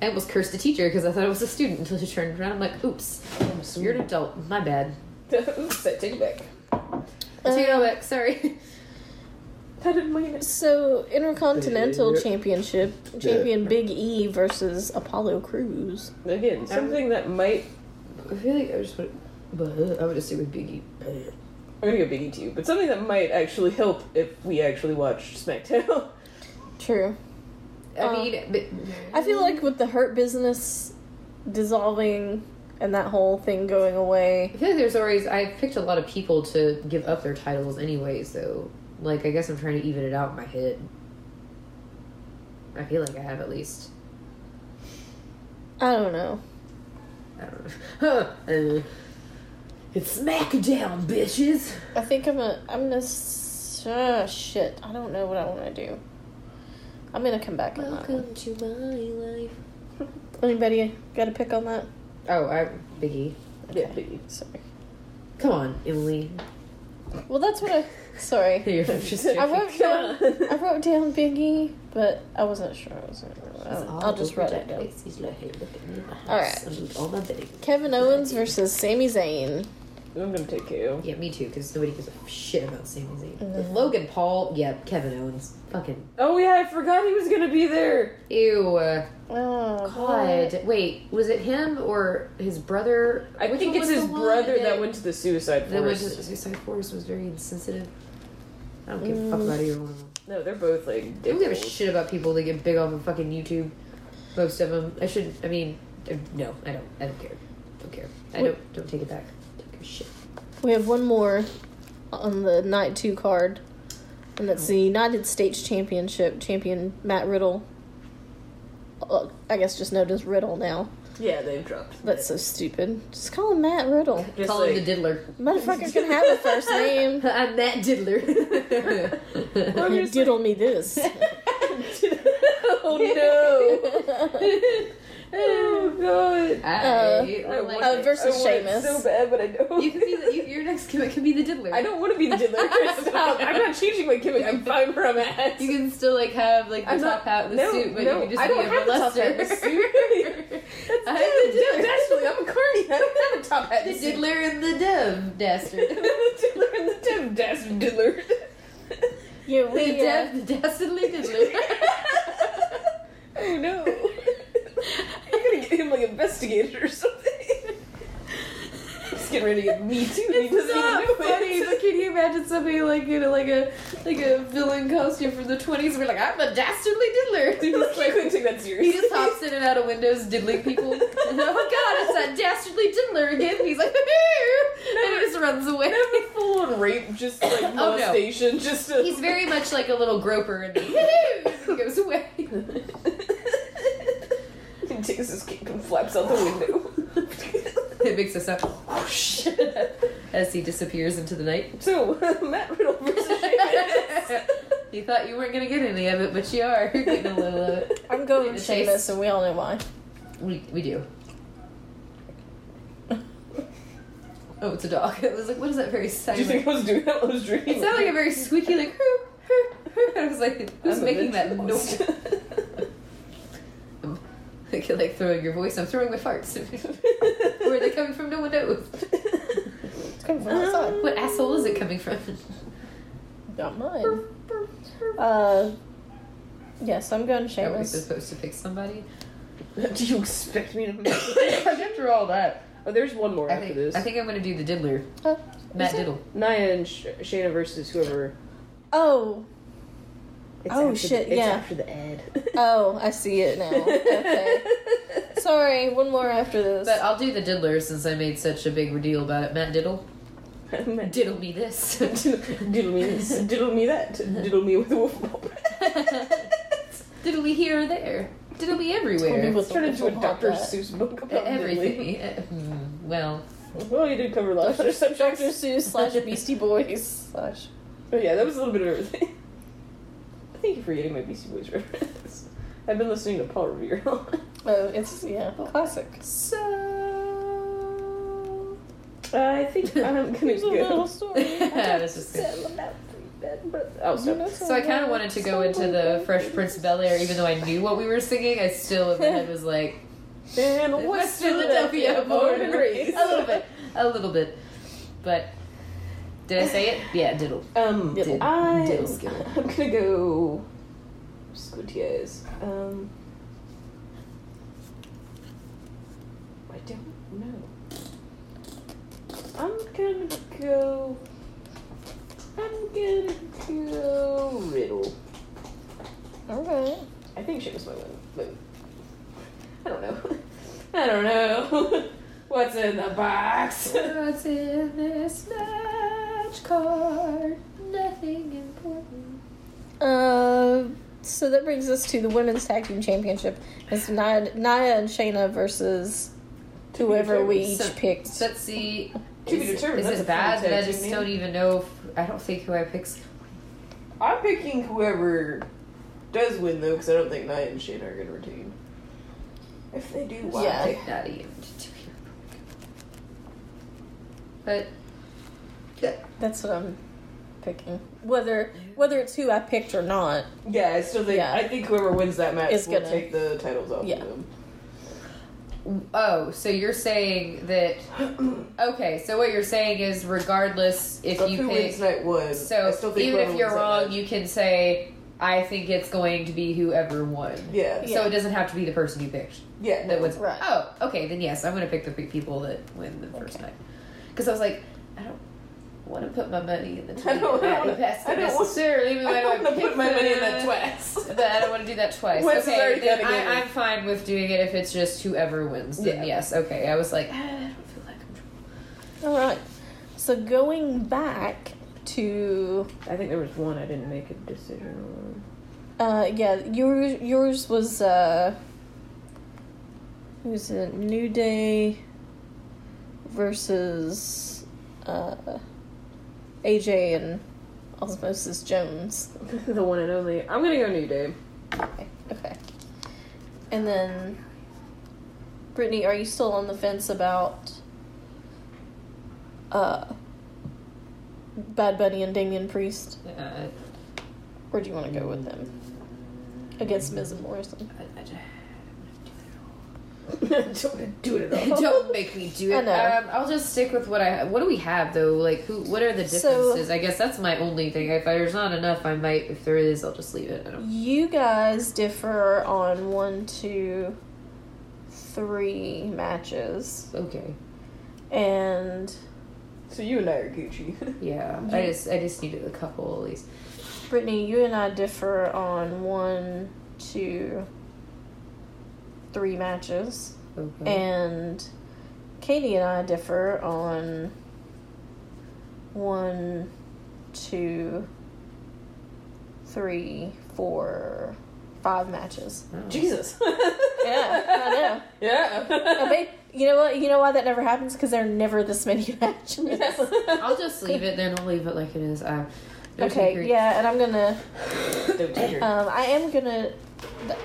S2: I almost cursed a teacher because I thought I was a student until she turned around. I'm like, oops, you're an adult. My bad.
S1: Oops, I take it back.
S2: I Take it all back. Sorry.
S1: I didn't mean it.
S3: So Intercontinental Championship champion Big E versus Apollo Crews.
S1: Again, something that might.
S2: I feel like I just would. But I would just say with Biggie.
S1: I'm gonna go biggie to you, but something that might actually help if we actually watched SmackDown.
S3: True.
S2: I um,
S3: Uh,
S2: mean, but
S3: I feel like with the Hurt Business dissolving and that whole thing going away,
S2: I feel like there's always. I picked a lot of people to give up their titles anyway, so like I guess I'm trying to even it out in my head. I feel like I have at least.
S3: I don't know.
S2: I don't know. Uh, it's SmackDown, bitches.
S3: I think I'm a. I'm gonna. s- Uh, shit. I don't know what I want to do. I'm gonna come back on that. One.
S2: to my life.
S3: Anybody got a pick on that?
S2: Oh, I Biggie.
S1: Yeah, biggie.
S3: Sorry.
S2: Come on, Emily.
S3: Well, that's what I. Sorry.
S2: You're just
S3: I wrote down.
S1: Come on.
S3: I wrote down Big E, but I wasn't sure. I was I'll, I'll just write it down. All right.
S2: All my bidding.
S3: Kevin Owens versus Sami Zayn.
S1: I'm gonna take KO.
S2: Yeah, me too, because nobody gives a shit about Sami Zayn.
S3: No.
S2: With Logan Paul, yeah, Kevin Owens. Fucking.
S1: Oh yeah, I forgot he was gonna be there.
S2: Ew. uh,
S3: Oh
S2: God. Wait, was it him or his brother?
S1: I
S2: Which
S1: think
S2: one
S1: it's
S2: was
S1: his
S2: the one
S1: brother that, went to the suicide
S2: That went
S1: force.
S2: to the Suicide Force was very insensitive. I don't give a
S1: Mm.
S2: fuck about either one of them.
S1: No, they're both like.
S2: I don't give a
S1: dickholes.
S2: shit about people that get big off of fucking YouTube. Most of them. I shouldn't. I mean, uh, no, I don't. I don't care. Don't care. I don't. Don't take it back. Don't give a shit.
S3: We have one more on the night two card, and that's the United States Championship champion Matt Riddle. Uh, I guess just known as Riddle now.
S1: Yeah, they've dropped.
S3: That's so stupid. Just call him Matt Riddle.
S1: Just
S2: Call
S1: like,
S2: him the diddler.
S3: Motherfucker can have a first name.
S2: I'm that diddler.
S1: I'm just like-
S3: Diddle me this.
S1: oh no! oh god!
S2: I,
S1: I
S2: like,
S1: want
S3: uh,
S1: it.
S3: versus
S1: I want it
S3: Seamus.
S1: So bad, but I don't.
S2: you can be the, you, your next gimmick can be the diddler.
S1: I don't want to be the diddler. Stop! I'm not changing my gimmick. I'm fine where I'm at.
S2: You can still like have like the
S1: I'm not-
S2: top hat and the
S1: no,
S2: suit, but
S1: no,
S2: you can just
S1: I don't
S2: be a
S1: have the top hat
S2: molester.
S1: and the suit. That's
S2: I'm
S1: I'm
S2: the
S1: the
S2: diddler.
S1: diddler. Actually, I'm a carny. I don't have a top hat.
S2: the
S1: and suit.
S2: diddler and the dove dastard.
S1: the diddler and the dim dastard diddler.
S3: yeah,
S2: The
S3: we. Uh,
S2: dev, the dastardly diddler.
S1: oh no! I'm gonna get him like investigated or something. He's getting ready to get me too. and he
S2: It's
S1: doesn't
S2: not
S1: even know
S2: funny,
S1: it.
S2: but can you imagine somebody like you know, like a like a villain costume from the twenties? We're like, I'm a dastardly diddler.
S1: Dude, like, I couldn't take that
S2: He
S1: seriously.
S2: just hops in and out of windows, diddling people. And, oh God, it's that dastardly diddler again. And he's like, and he just runs away.
S1: Never full on rape, just like
S2: Oh, no.
S1: molestation, just to...
S2: He's very much like a little groper, and he goes away.
S1: He takes his cake and flaps out the Oh, window.
S2: It makes us up whoosh, as he disappears into the night.
S1: so, Matt Riddle versus Sheamus.
S2: You thought you weren't gonna get any of it, but you are. You're getting a little of it.
S3: I'm going with
S2: The chase.
S3: Seamus, and we all know why.
S2: We, we do. Oh, it's a dog. It was like, what is that very
S1: Did you
S2: silent?
S1: think I was doing that? I was dreaming.
S2: it sounded like a very squeaky, like, hoo, hoo, hoo. I was like, who's
S1: I'm a
S2: making that noise?
S1: ventriloquist.
S2: Like, you're, like throwing your voice. I'm throwing my farts. Where are they coming from? No one knows.
S3: It's coming
S2: Uh-huh.
S3: from outside.
S2: What asshole is it coming from?
S3: Not mine. Uh, yes, I'm
S2: Are
S3: going
S2: we
S3: Seamus.
S2: supposed to pick somebody?
S1: Do you expect me to
S2: After all that,
S1: Oh, there's one more
S2: I
S1: after
S2: think,
S1: this.
S2: I think I'm gonna do the diddler.
S3: Huh?
S2: Matt
S3: Is it-
S2: Diddle.
S1: Nia and Sh- Shayna versus whoever.
S3: Oh,
S4: It's
S3: Oh,
S4: after
S3: shit,
S4: The, it's
S3: yeah.
S4: after the ad.
S3: Oh, I see it now. Okay. Sorry, one more after this.
S2: But I'll do the diddler since I made such a big deal about it. Matt Diddle, diddle me this.
S1: diddle me this, diddle me that, diddle me with a wolf puppet.
S2: diddle me here or there. Diddle me everywhere.
S1: Let's turn into a Dr. Seuss book about diddling.
S2: E-, Everything. Uh, hmm, Well,
S1: Well, you did cover last year's subject.
S3: Dr. Seuss slash Beastie Boys slash.
S1: But yeah, that was a little bit of everything. Thank you for getting my Beastie Boys reference. I've been listening to Paul Revere a lot.
S3: Oh, it's yeah, classic.
S2: so.
S1: I think I'm gonna
S3: Here's a little
S1: go.
S3: story.
S2: That was just good.
S1: Oh, stop.
S2: So I kind of wanted to go into the Fresh Prince of Bel Air, even though I knew what we were singing. I still in my head was like,
S1: And
S2: West Philadelphia, born and raised. A little bit, a little bit, but did I say it? Yeah, diddle.
S1: Um,
S2: Diddle-
S1: I,
S2: diddle skiddle.
S1: I'm gonna go. Scotia's. Um, I don't know. I'm gonna go. I'm gonna go Riddle.
S3: Alright.
S1: I think she was my win. But I don't know. I don't know. What's in the box?
S2: What's in this match card? Nothing important.
S3: Uh, so that brings us to the women's tag team championship. It's Nia, Nia and Shayna versus whoever we each
S2: So-
S3: picked.
S2: Setsi.
S1: To be
S2: Is,
S1: determined,
S2: is
S1: that's a
S2: it bad
S1: fun
S2: that I
S1: tag
S2: just
S1: team
S2: don't
S1: name.
S2: even know? If, I don't think who I picked.
S1: I'm picking whoever does win though, because I don't think Knight and Shane are gonna retain. If they do, wow.
S3: Yeah.
S2: Pick that even. But
S3: That's what I'm picking. Whether whether it's who I picked or not.
S1: Yeah, I still think
S3: Yeah.
S1: I think whoever wins that match
S3: Is
S1: will
S3: gonna-
S1: take the titles off
S3: Yeah.
S1: of them.
S2: oh, so you're saying that? Okay, so what you're saying is, regardless if
S1: But
S2: you
S1: who
S2: pick,
S1: wins night one? I
S2: So
S1: still think
S2: even
S1: whoever
S2: if you're
S1: wins that
S2: wrong,
S1: match-
S2: you can say, I think it's going to be whoever won.
S1: yeah, yeah,
S3: Yeah.
S2: So it doesn't have to be the person you picked that
S1: no.
S2: wins.
S3: Right.
S2: Oh, okay, then yes, I'm going to pick the pe- people that win the first night. Because I was like, I don't want to put my money in the
S1: I don't
S2: Twinkie
S1: wanna-
S2: basket
S1: I don't wanna-
S2: necessarily. even though
S1: I don't
S2: I
S1: want to
S2: pick
S1: put my money in that
S2: the-
S1: twice.
S2: But I don't want to do that twice.
S1: Once it's
S2: okay,
S1: already
S2: then
S1: done again.
S2: I, I'm fine with doing it if it's just whoever wins. Then
S1: Yeah.
S2: yes, okay. I was like, "Ah, I don't feel like I'm
S3: Alright. So going back to
S1: I think there was one I didn't make a decision on.
S3: uh yeah, yours yours was uh who was it? New Day versus uh AJ and Osmosis Jones.
S1: the one and only. I'm gonna go New Day.
S3: Okay. Okay. And then, Brittany, are you still on the fence about uh, Bad Bunny and Damian Priest,
S2: Uh,
S3: or do you want to go with them against Miz and Morrison?
S2: I, I just,
S1: don't do it at all.
S2: Don't make me do
S3: I
S2: it.
S3: know.
S2: Um, I'll just stick with what I. What do we have though? Like who? What are the
S3: So-
S2: differences? I guess that's my only thing. If there's not enough, I might. If there is, I'll just leave it. I don't.
S3: You guys differ on one, two, three matches,
S2: Okay.
S3: and
S1: So you and I are Gucci.
S2: Yeah. I just. I just needed a couple at least.
S3: Brittany, you and I differ on one, two, three matches.
S2: Okay.
S3: And Katie and I differ on one, two, three, four, five matches.
S2: Oh.
S1: Jesus.
S3: Yeah, I know.
S1: Yeah.
S3: No, babe, you know what? You know why that never happens? Because there are never this many matches.
S2: I'll just leave it. Then I'll leave it like it is. Um, no
S3: Okay,
S2: secret.
S3: yeah, and I'm gonna.
S1: Don't take her.
S3: Um, I am gonna. th-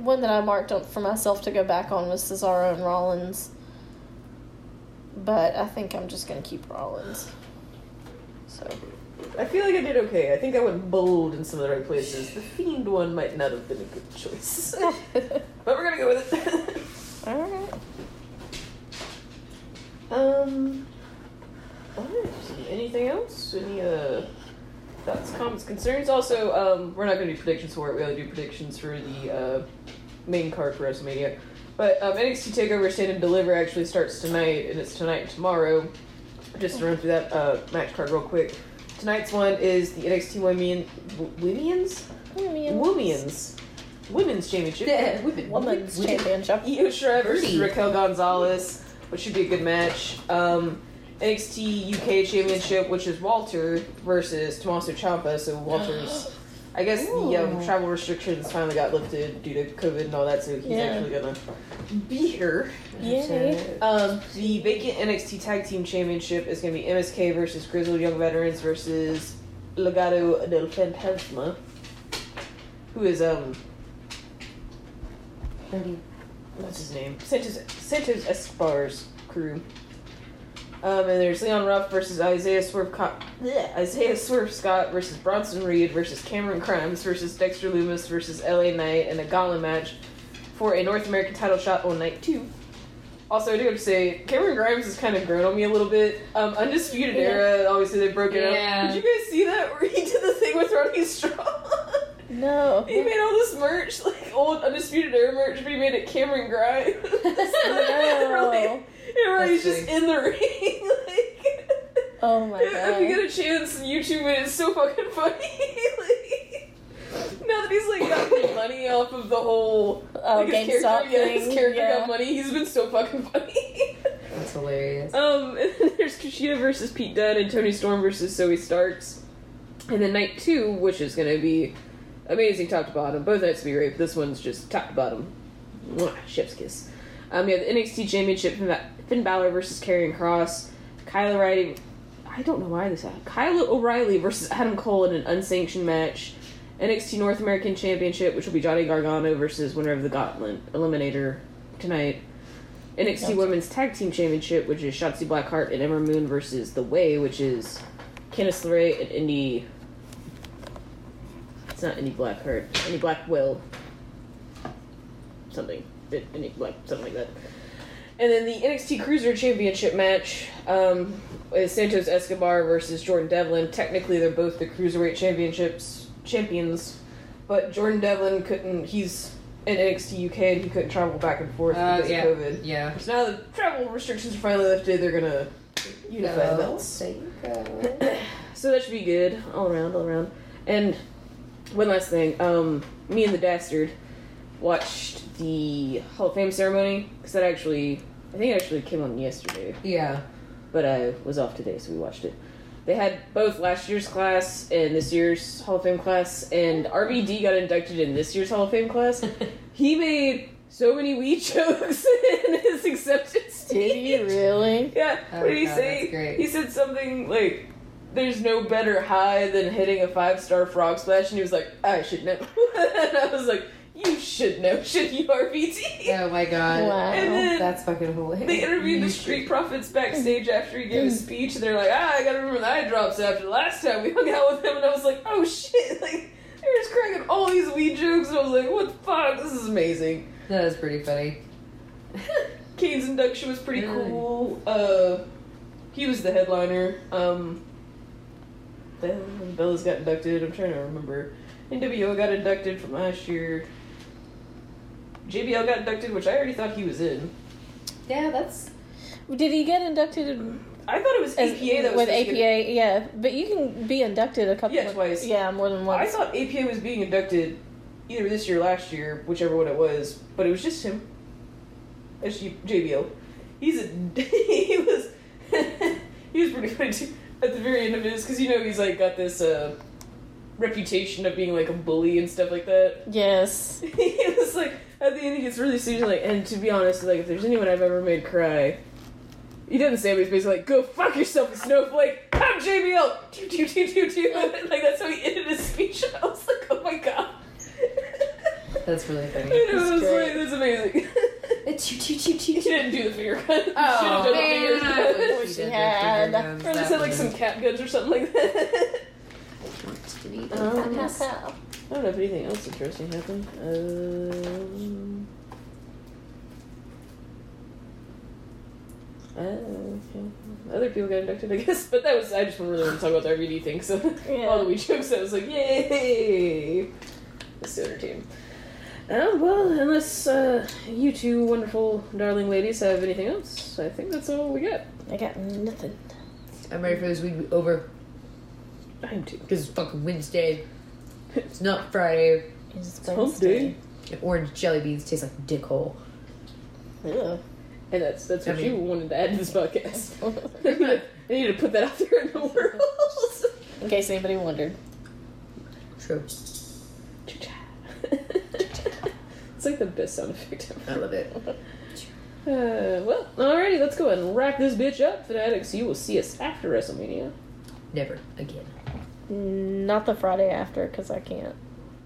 S3: One that I marked up for myself to go back on was Cesaro and Rollins. But I think I'm just gonna keep Rollins. So
S1: I feel like I did okay. I think I went bold in some of the right places. The fiend one might not have been a good choice, but we're gonna go with it.
S3: Alright.
S1: um, alright. anything else? Any uh thoughts, comments, concerns? Also, um, we're not gonna do predictions for it. We only do predictions for the uh, main card for WrestleMania. But um, NXT Takeover Stand and Deliver actually starts tonight, and it's tonight and tomorrow. Just to run through that uh, match card real quick. Tonight's one is the NXT Women, Women's Women's Women's Championship.
S2: Yeah,
S1: Women.
S3: Women's
S1: Women.
S3: Championship.
S1: Io Shirai versus
S2: Birdie.
S1: Raquel Gonzalez, which should be a good match. Um, NXT UK Championship, which is Walter versus Tommaso Ciampa. So Walter's, I guess the um,
S3: Ooh.
S1: travel restrictions finally got lifted due to COVID and all that, so he's
S3: Yeah.
S1: actually gonna be here.
S3: Yay.
S1: Um, the vacant NXT Tag Team Championship is gonna be MSK versus Grizzled Young Veterans versus Legado del Fantasma, who is um what's his name? Sanchez Sanchez Espar's crew. Um, and there's Leon Ruff versus Isaiah Swerve Co- bleh, Isaiah Swerve Scott versus Bronson Reed versus Cameron Crimes versus Dexter Loomis versus LA Knight in a gauntlet match for a North American title shot on night two. Also, I do have to say, Cameron Grimes has kind of grown on me a little bit. Um, Undisputed
S3: Yeah.
S1: Era, obviously they broke it
S2: Yeah.
S1: up. Did you guys see that where he did the thing with Ronnie Strong?
S3: No.
S1: He made all this merch, like old Undisputed Era merch, but he made it Cameron Grimes. it really, it really is
S2: That's
S1: just in the ring. like,
S3: Oh my
S1: if, if you
S3: god.
S1: get a chance, YouTube it. It's so fucking funny. like, now that he's like got the money off of the whole
S3: Oh,
S1: like, his
S3: GameStop
S1: character, yeah, his
S3: thing,
S1: character
S3: yeah.
S1: got money. He's been so fucking funny.
S2: That's hilarious.
S1: Um, and then there's Kushida versus Pete Dunne and Tony Storm versus Zoe Starks. And then night two, which is going to be amazing top to bottom. Both nights will be rape. This one's just top to bottom. Mwah, chef's kiss. Um, you have the NXT Championship, Finn, ba- Finn Balor versus Karrion Cross. Kyle O'Reilly, I don't know why this happened. Kyle O'Reilly versus Adam Cole in an unsanctioned match. NXT North American Championship, which will be Johnny Gargano versus winner of the Gauntlet Eliminator tonight. NXT
S3: Gotcha.
S1: Women's Tag Team Championship, which is Shotzi Blackheart and Ember Moon versus The Way, which is Candice LeRae and Indy. It's not Indy Blackheart. Indy Blackwell. Something. It- Indy Black. Something like that. And then the NXT Cruiser Championship match um, is Santos Escobar versus Jordan Devlin. Technically, they're both the cruiserweight championships champions, but Jordan Devlin couldn't. He's in NXT UK and he couldn't travel back and forth
S2: Uh,
S1: because
S2: yeah.
S1: of COVID.
S2: Yeah.
S1: So now the travel restrictions are finally lifted. They're gonna unify
S2: Go,
S1: belts.
S2: there you go.
S1: So that should be good all around, all around. And one last thing, um, me and the dastard watched the Hall of Fame ceremony because that actually, I think it actually came on yesterday,
S2: Yeah.
S1: but I was off today, so we watched it. They had both last year's class and this year's Hall of Fame class, and RVD got inducted in this year's Hall of Fame class. he made so many wee jokes in his acceptance speech.
S3: Did you really?
S1: Yeah.
S2: Oh
S1: what did he
S2: God,
S1: say?
S2: that's great.
S1: He said something like, "There's no better high than hitting a five star frog splash," and he was like, "I should know." and I was like, "You should know, should you, RVT?"
S2: oh my god.
S3: Wow.
S1: And then
S2: That's fucking hilarious.
S1: they interviewed the street prophets backstage after he gave
S2: Mm.
S1: his speech, and they're like, "Ah, I gotta remember the eye drops after last time we hung out with him," and I was like, "Oh shit!" Like they were just cracking all these weed jokes, and I was like, "What the fuck? This is amazing."
S2: That is pretty funny.
S1: Kane's induction was pretty
S2: Yeah.
S3: Mm.
S1: cool. Uh, he was the headliner. Um, then Bella's got inducted. I'm trying to remember. NWO got inducted from last year. JBL got inducted, which I already thought he was in.
S2: Yeah, that's
S3: Did he get inducted in-
S1: I thought it was
S3: as-
S1: APA that was
S3: with
S1: supposed to
S3: APA?
S1: get-
S3: Yeah, but you can be inducted a couple.
S1: Yeah,
S3: of,
S1: twice.
S3: Yeah, more than
S1: I
S3: once.
S1: thought APA was being inducted either this year or last year, whichever one it was, but it was just him. That's J- JBL. He's a. he was. he was pretty funny too at the very end of his, because you know he's like got this uh, reputation of being like a bully and stuff like that.
S3: yes.
S1: he was like, at the end he gets really serious, like, and to be honest, like, if there's anyone I've ever made cry. He doesn't say it, but he's basically like, go fuck yourself, Snowflake! I'm JBL! Do, do, do, do, do. And, like, that's how he ended his speech. I was like, oh my god.
S2: that's really
S1: And
S2: funny.
S1: it
S3: That's
S1: was
S3: great.
S1: like, that's amazing.
S2: It's you, you, you,
S1: he
S2: you,
S1: didn't do the finger gun. He
S2: Oh,
S1: should've done
S2: man,
S1: the
S2: I
S1: finger gun.
S2: wish
S3: She
S2: she did
S3: had.
S2: had. Guns.
S1: Or just
S2: That
S1: had, like, some
S2: would've
S1: cat guns or something like that.
S2: worked to be
S3: Oh,
S1: Um,
S2: honest.
S1: I don't know if anything else interesting happened. Um, uh, okay. Other people got inducted, I guess, but that was I just really want to talk about the RVD thing. So
S3: Yeah.
S1: all the wee jokes, I was like, yay, that's so entertaining. Um, well, unless uh, you two wonderful darling ladies have anything else, I think that's all we got.
S3: I got nothing.
S2: I'm ready for this week to be over
S1: I'm too.
S2: because it's fucking Wednesday. It's not Friday.
S3: It's
S1: hump day.
S2: Orange jelly beans taste like dick hole.
S3: Ugh.
S1: And that's that's
S2: I
S1: what
S2: mean-
S1: you wanted to add to this podcast. I need to put that out there in the world.
S3: In case anybody wondered.
S2: True.
S1: it's like the best sound effect ever.
S2: I love it.
S1: Uh, well, alrighty, let's go ahead and wrap this bitch up, fanatics. You will see us after WrestleMania,
S2: Never again.
S3: Not the Friday after, because I can't.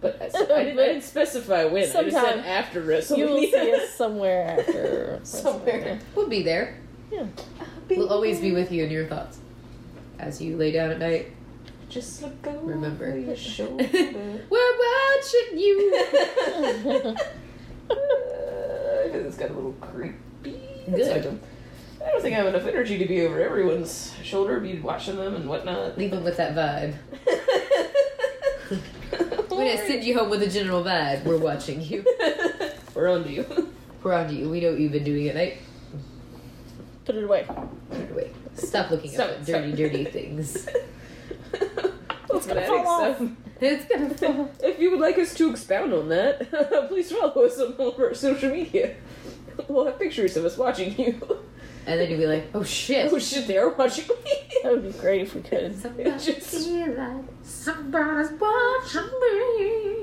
S1: but I, s- I didn't, I didn't specify when. I just
S3: Sometime.
S1: said after
S3: you will
S1: WrestleMania.
S3: see us somewhere after.
S1: Somewhere.
S2: We'll be there.
S3: Yeah.
S2: We'll always be with you in your thoughts. As you lay down at night,
S1: Just look over
S2: Remember.
S1: your shoulder.
S2: we're watching you.
S1: Because Uh, it's got a little creepy.
S2: Good.
S1: So I don't, I don't think I have enough energy to be over everyone's shoulder, be watching them and whatnot.
S2: Leave them with that vibe. When I
S1: We're
S2: send you home with a general vibe, we're watching you.
S1: on to you.
S2: We're on to you. We know what you've been doing at night.
S3: Put it away.
S2: Put it away. Stop looking
S1: Stop
S2: up
S1: it,
S2: at
S1: stop
S2: dirty,
S1: it.
S2: dirty things.
S1: That's
S3: gonna
S1: fanatics
S3: fall off.
S1: stuff.
S2: It's gonna fall.
S1: If you would like us to expound on that, please follow us on all of our social media. We'll have pictures of us watching you.
S2: And then you'll be like, oh shit.
S1: Oh shit, they are watching me.
S3: That would be great if we could.
S2: Somebody's
S1: Just-
S2: here. Somebody's watching me.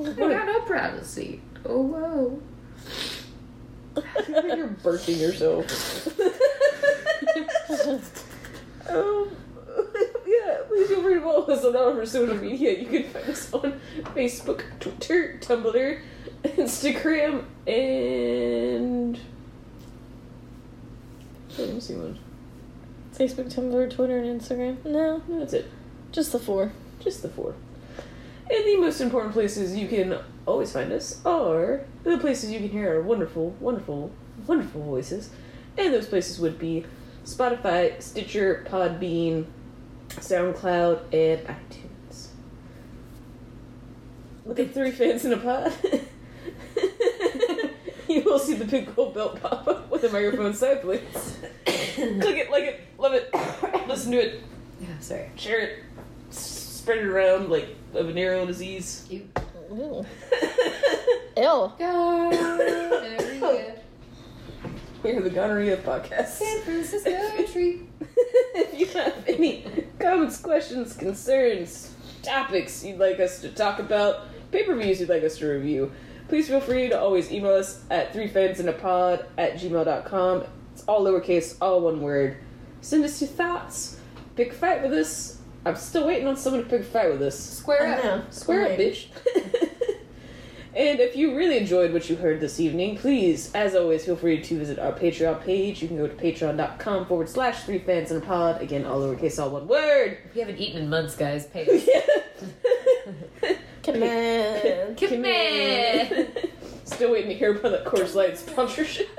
S2: I got no privacy. Oh whoa.
S1: You're burping yourself. um, yeah, please feel free to follow us on all of our social media. You can find us on Facebook, Twitter, Tumblr, Instagram, and. Oh, let me see one.
S3: Facebook, Tumblr, Twitter, and Instagram. No,
S1: No, That's it.
S3: just the four.
S1: Just the four. And the most important places you can always find us are the places you can hear our wonderful, wonderful, wonderful voices. And those places would be Spotify, Stitcher, Podbean, SoundCloud, and iTunes. Look at three fans in a pod. you will see the big gold belt pop up with a microphone side blades. Click it, like it, love it, listen to it
S2: Yeah, sorry.
S1: share it, s- spread it around like a venereal disease.
S2: You
S3: Ew. Ew.
S2: go.
S1: we are the gonorrhea podcast.
S2: San Francisco tree.
S1: if you have any comments, questions, concerns, topics you'd like us to talk about, pay per views you'd like us to review, please feel free to always email us at three pod at gmail.com. It's all lowercase, all one word. Send us your thoughts. Pick a fight with us. I'm still waiting on someone to pick a fight with us.
S2: Square
S3: I know.
S2: up.
S1: Square up, bitch. and if you really enjoyed what you heard this evening, please, as always, feel free to visit our Patreon page. You can go to patreon.com forward slash three fans in a pod. Again, all lowercase, all one word.
S2: If you haven't eaten in months, guys, pay us.
S3: Come on.
S2: Come here.
S1: Still waiting to hear about that Coors Light sponsorship.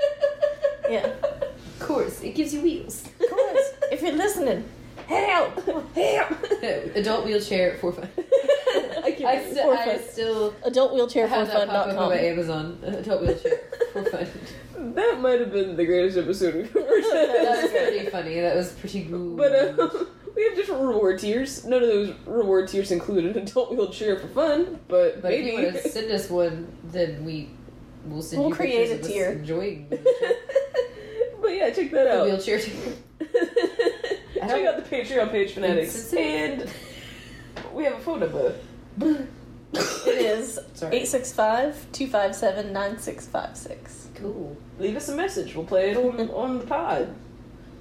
S3: Yeah.
S2: Of course, it gives you wheels.
S3: Chorus, if you're listening, help!
S1: Help!
S2: Adult wheelchair for fun.
S1: I
S2: I,
S1: can't.
S2: st-
S3: For
S2: I
S3: fun.
S2: still have that pop up on my
S3: Adultwheelchairforfun.com.
S2: Amazon. Adult wheelchair for fun.
S1: That might have been the greatest episode we've ever
S2: That
S1: done.
S2: was pretty funny. That was pretty good.
S1: But
S3: uh,
S1: um, we have different reward tiers. None of those reward tiers include an adult wheelchair for fun, but,
S2: But if you
S1: maybe.
S2: want to send us one, then we will send
S3: We'll
S2: you
S3: create
S2: pictures
S3: a
S2: of us
S3: tier.
S2: enjoying the wheelchair.
S1: but yeah, check that
S2: The
S1: out.
S2: wheelchair tier. I
S1: check
S2: don't-
S1: out the Patreon page, fanatics,
S2: Insensitive.
S1: and we have a phone number.
S3: It is
S2: Sorry.
S3: 865 257 9656.
S2: Cool.
S1: Leave us a message. We'll play it on on the pod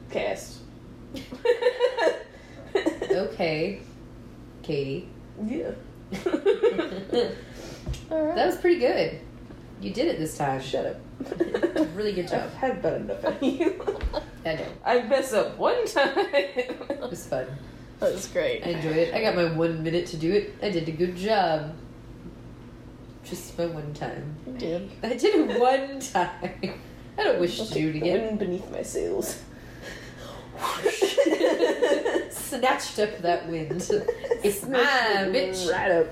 S1: cast.
S2: Okay, Katie.
S1: yeah.
S2: that was pretty good. You did it this time.
S1: Shut up.
S2: Really good job.
S1: I've had about enough of you.
S2: I know. It
S1: I mess up one time.
S2: was fun.
S3: That was great.
S2: I enjoyed it. I got my one minute to do it. I did a good job. Just my one time.
S3: You did.
S2: I did it one time. I don't wish to do it again.
S1: Wind beneath my sails.
S2: Snatched up that wind. It's mine, bitch.
S1: Right up.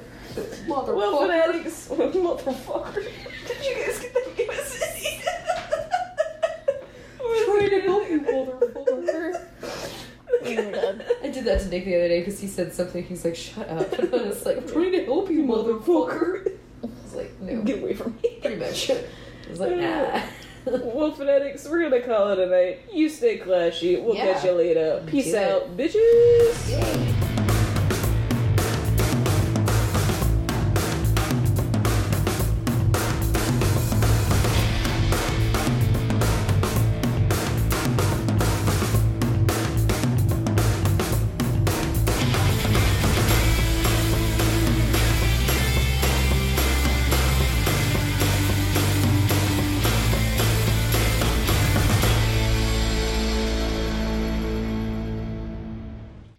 S1: Well,
S2: Motherfucker.
S1: fanatics, motherfucker. Did you guys get that music?
S2: Trying to help you, motherfucker.
S3: Oh my God.
S2: I did that to Nick the other day because he said something. He's like, "Shut up!" And I was like, "I'm "Trying to help you, motherfucker." I was like, "No,
S1: Get away from me.
S2: pretty much." I was like, "Nah."
S1: well, fanatics, we're gonna call it a night. You stay clashy. We'll
S2: Yeah.
S1: catch you later. Peace
S2: Do it.
S1: out, bitches.
S2: Yay.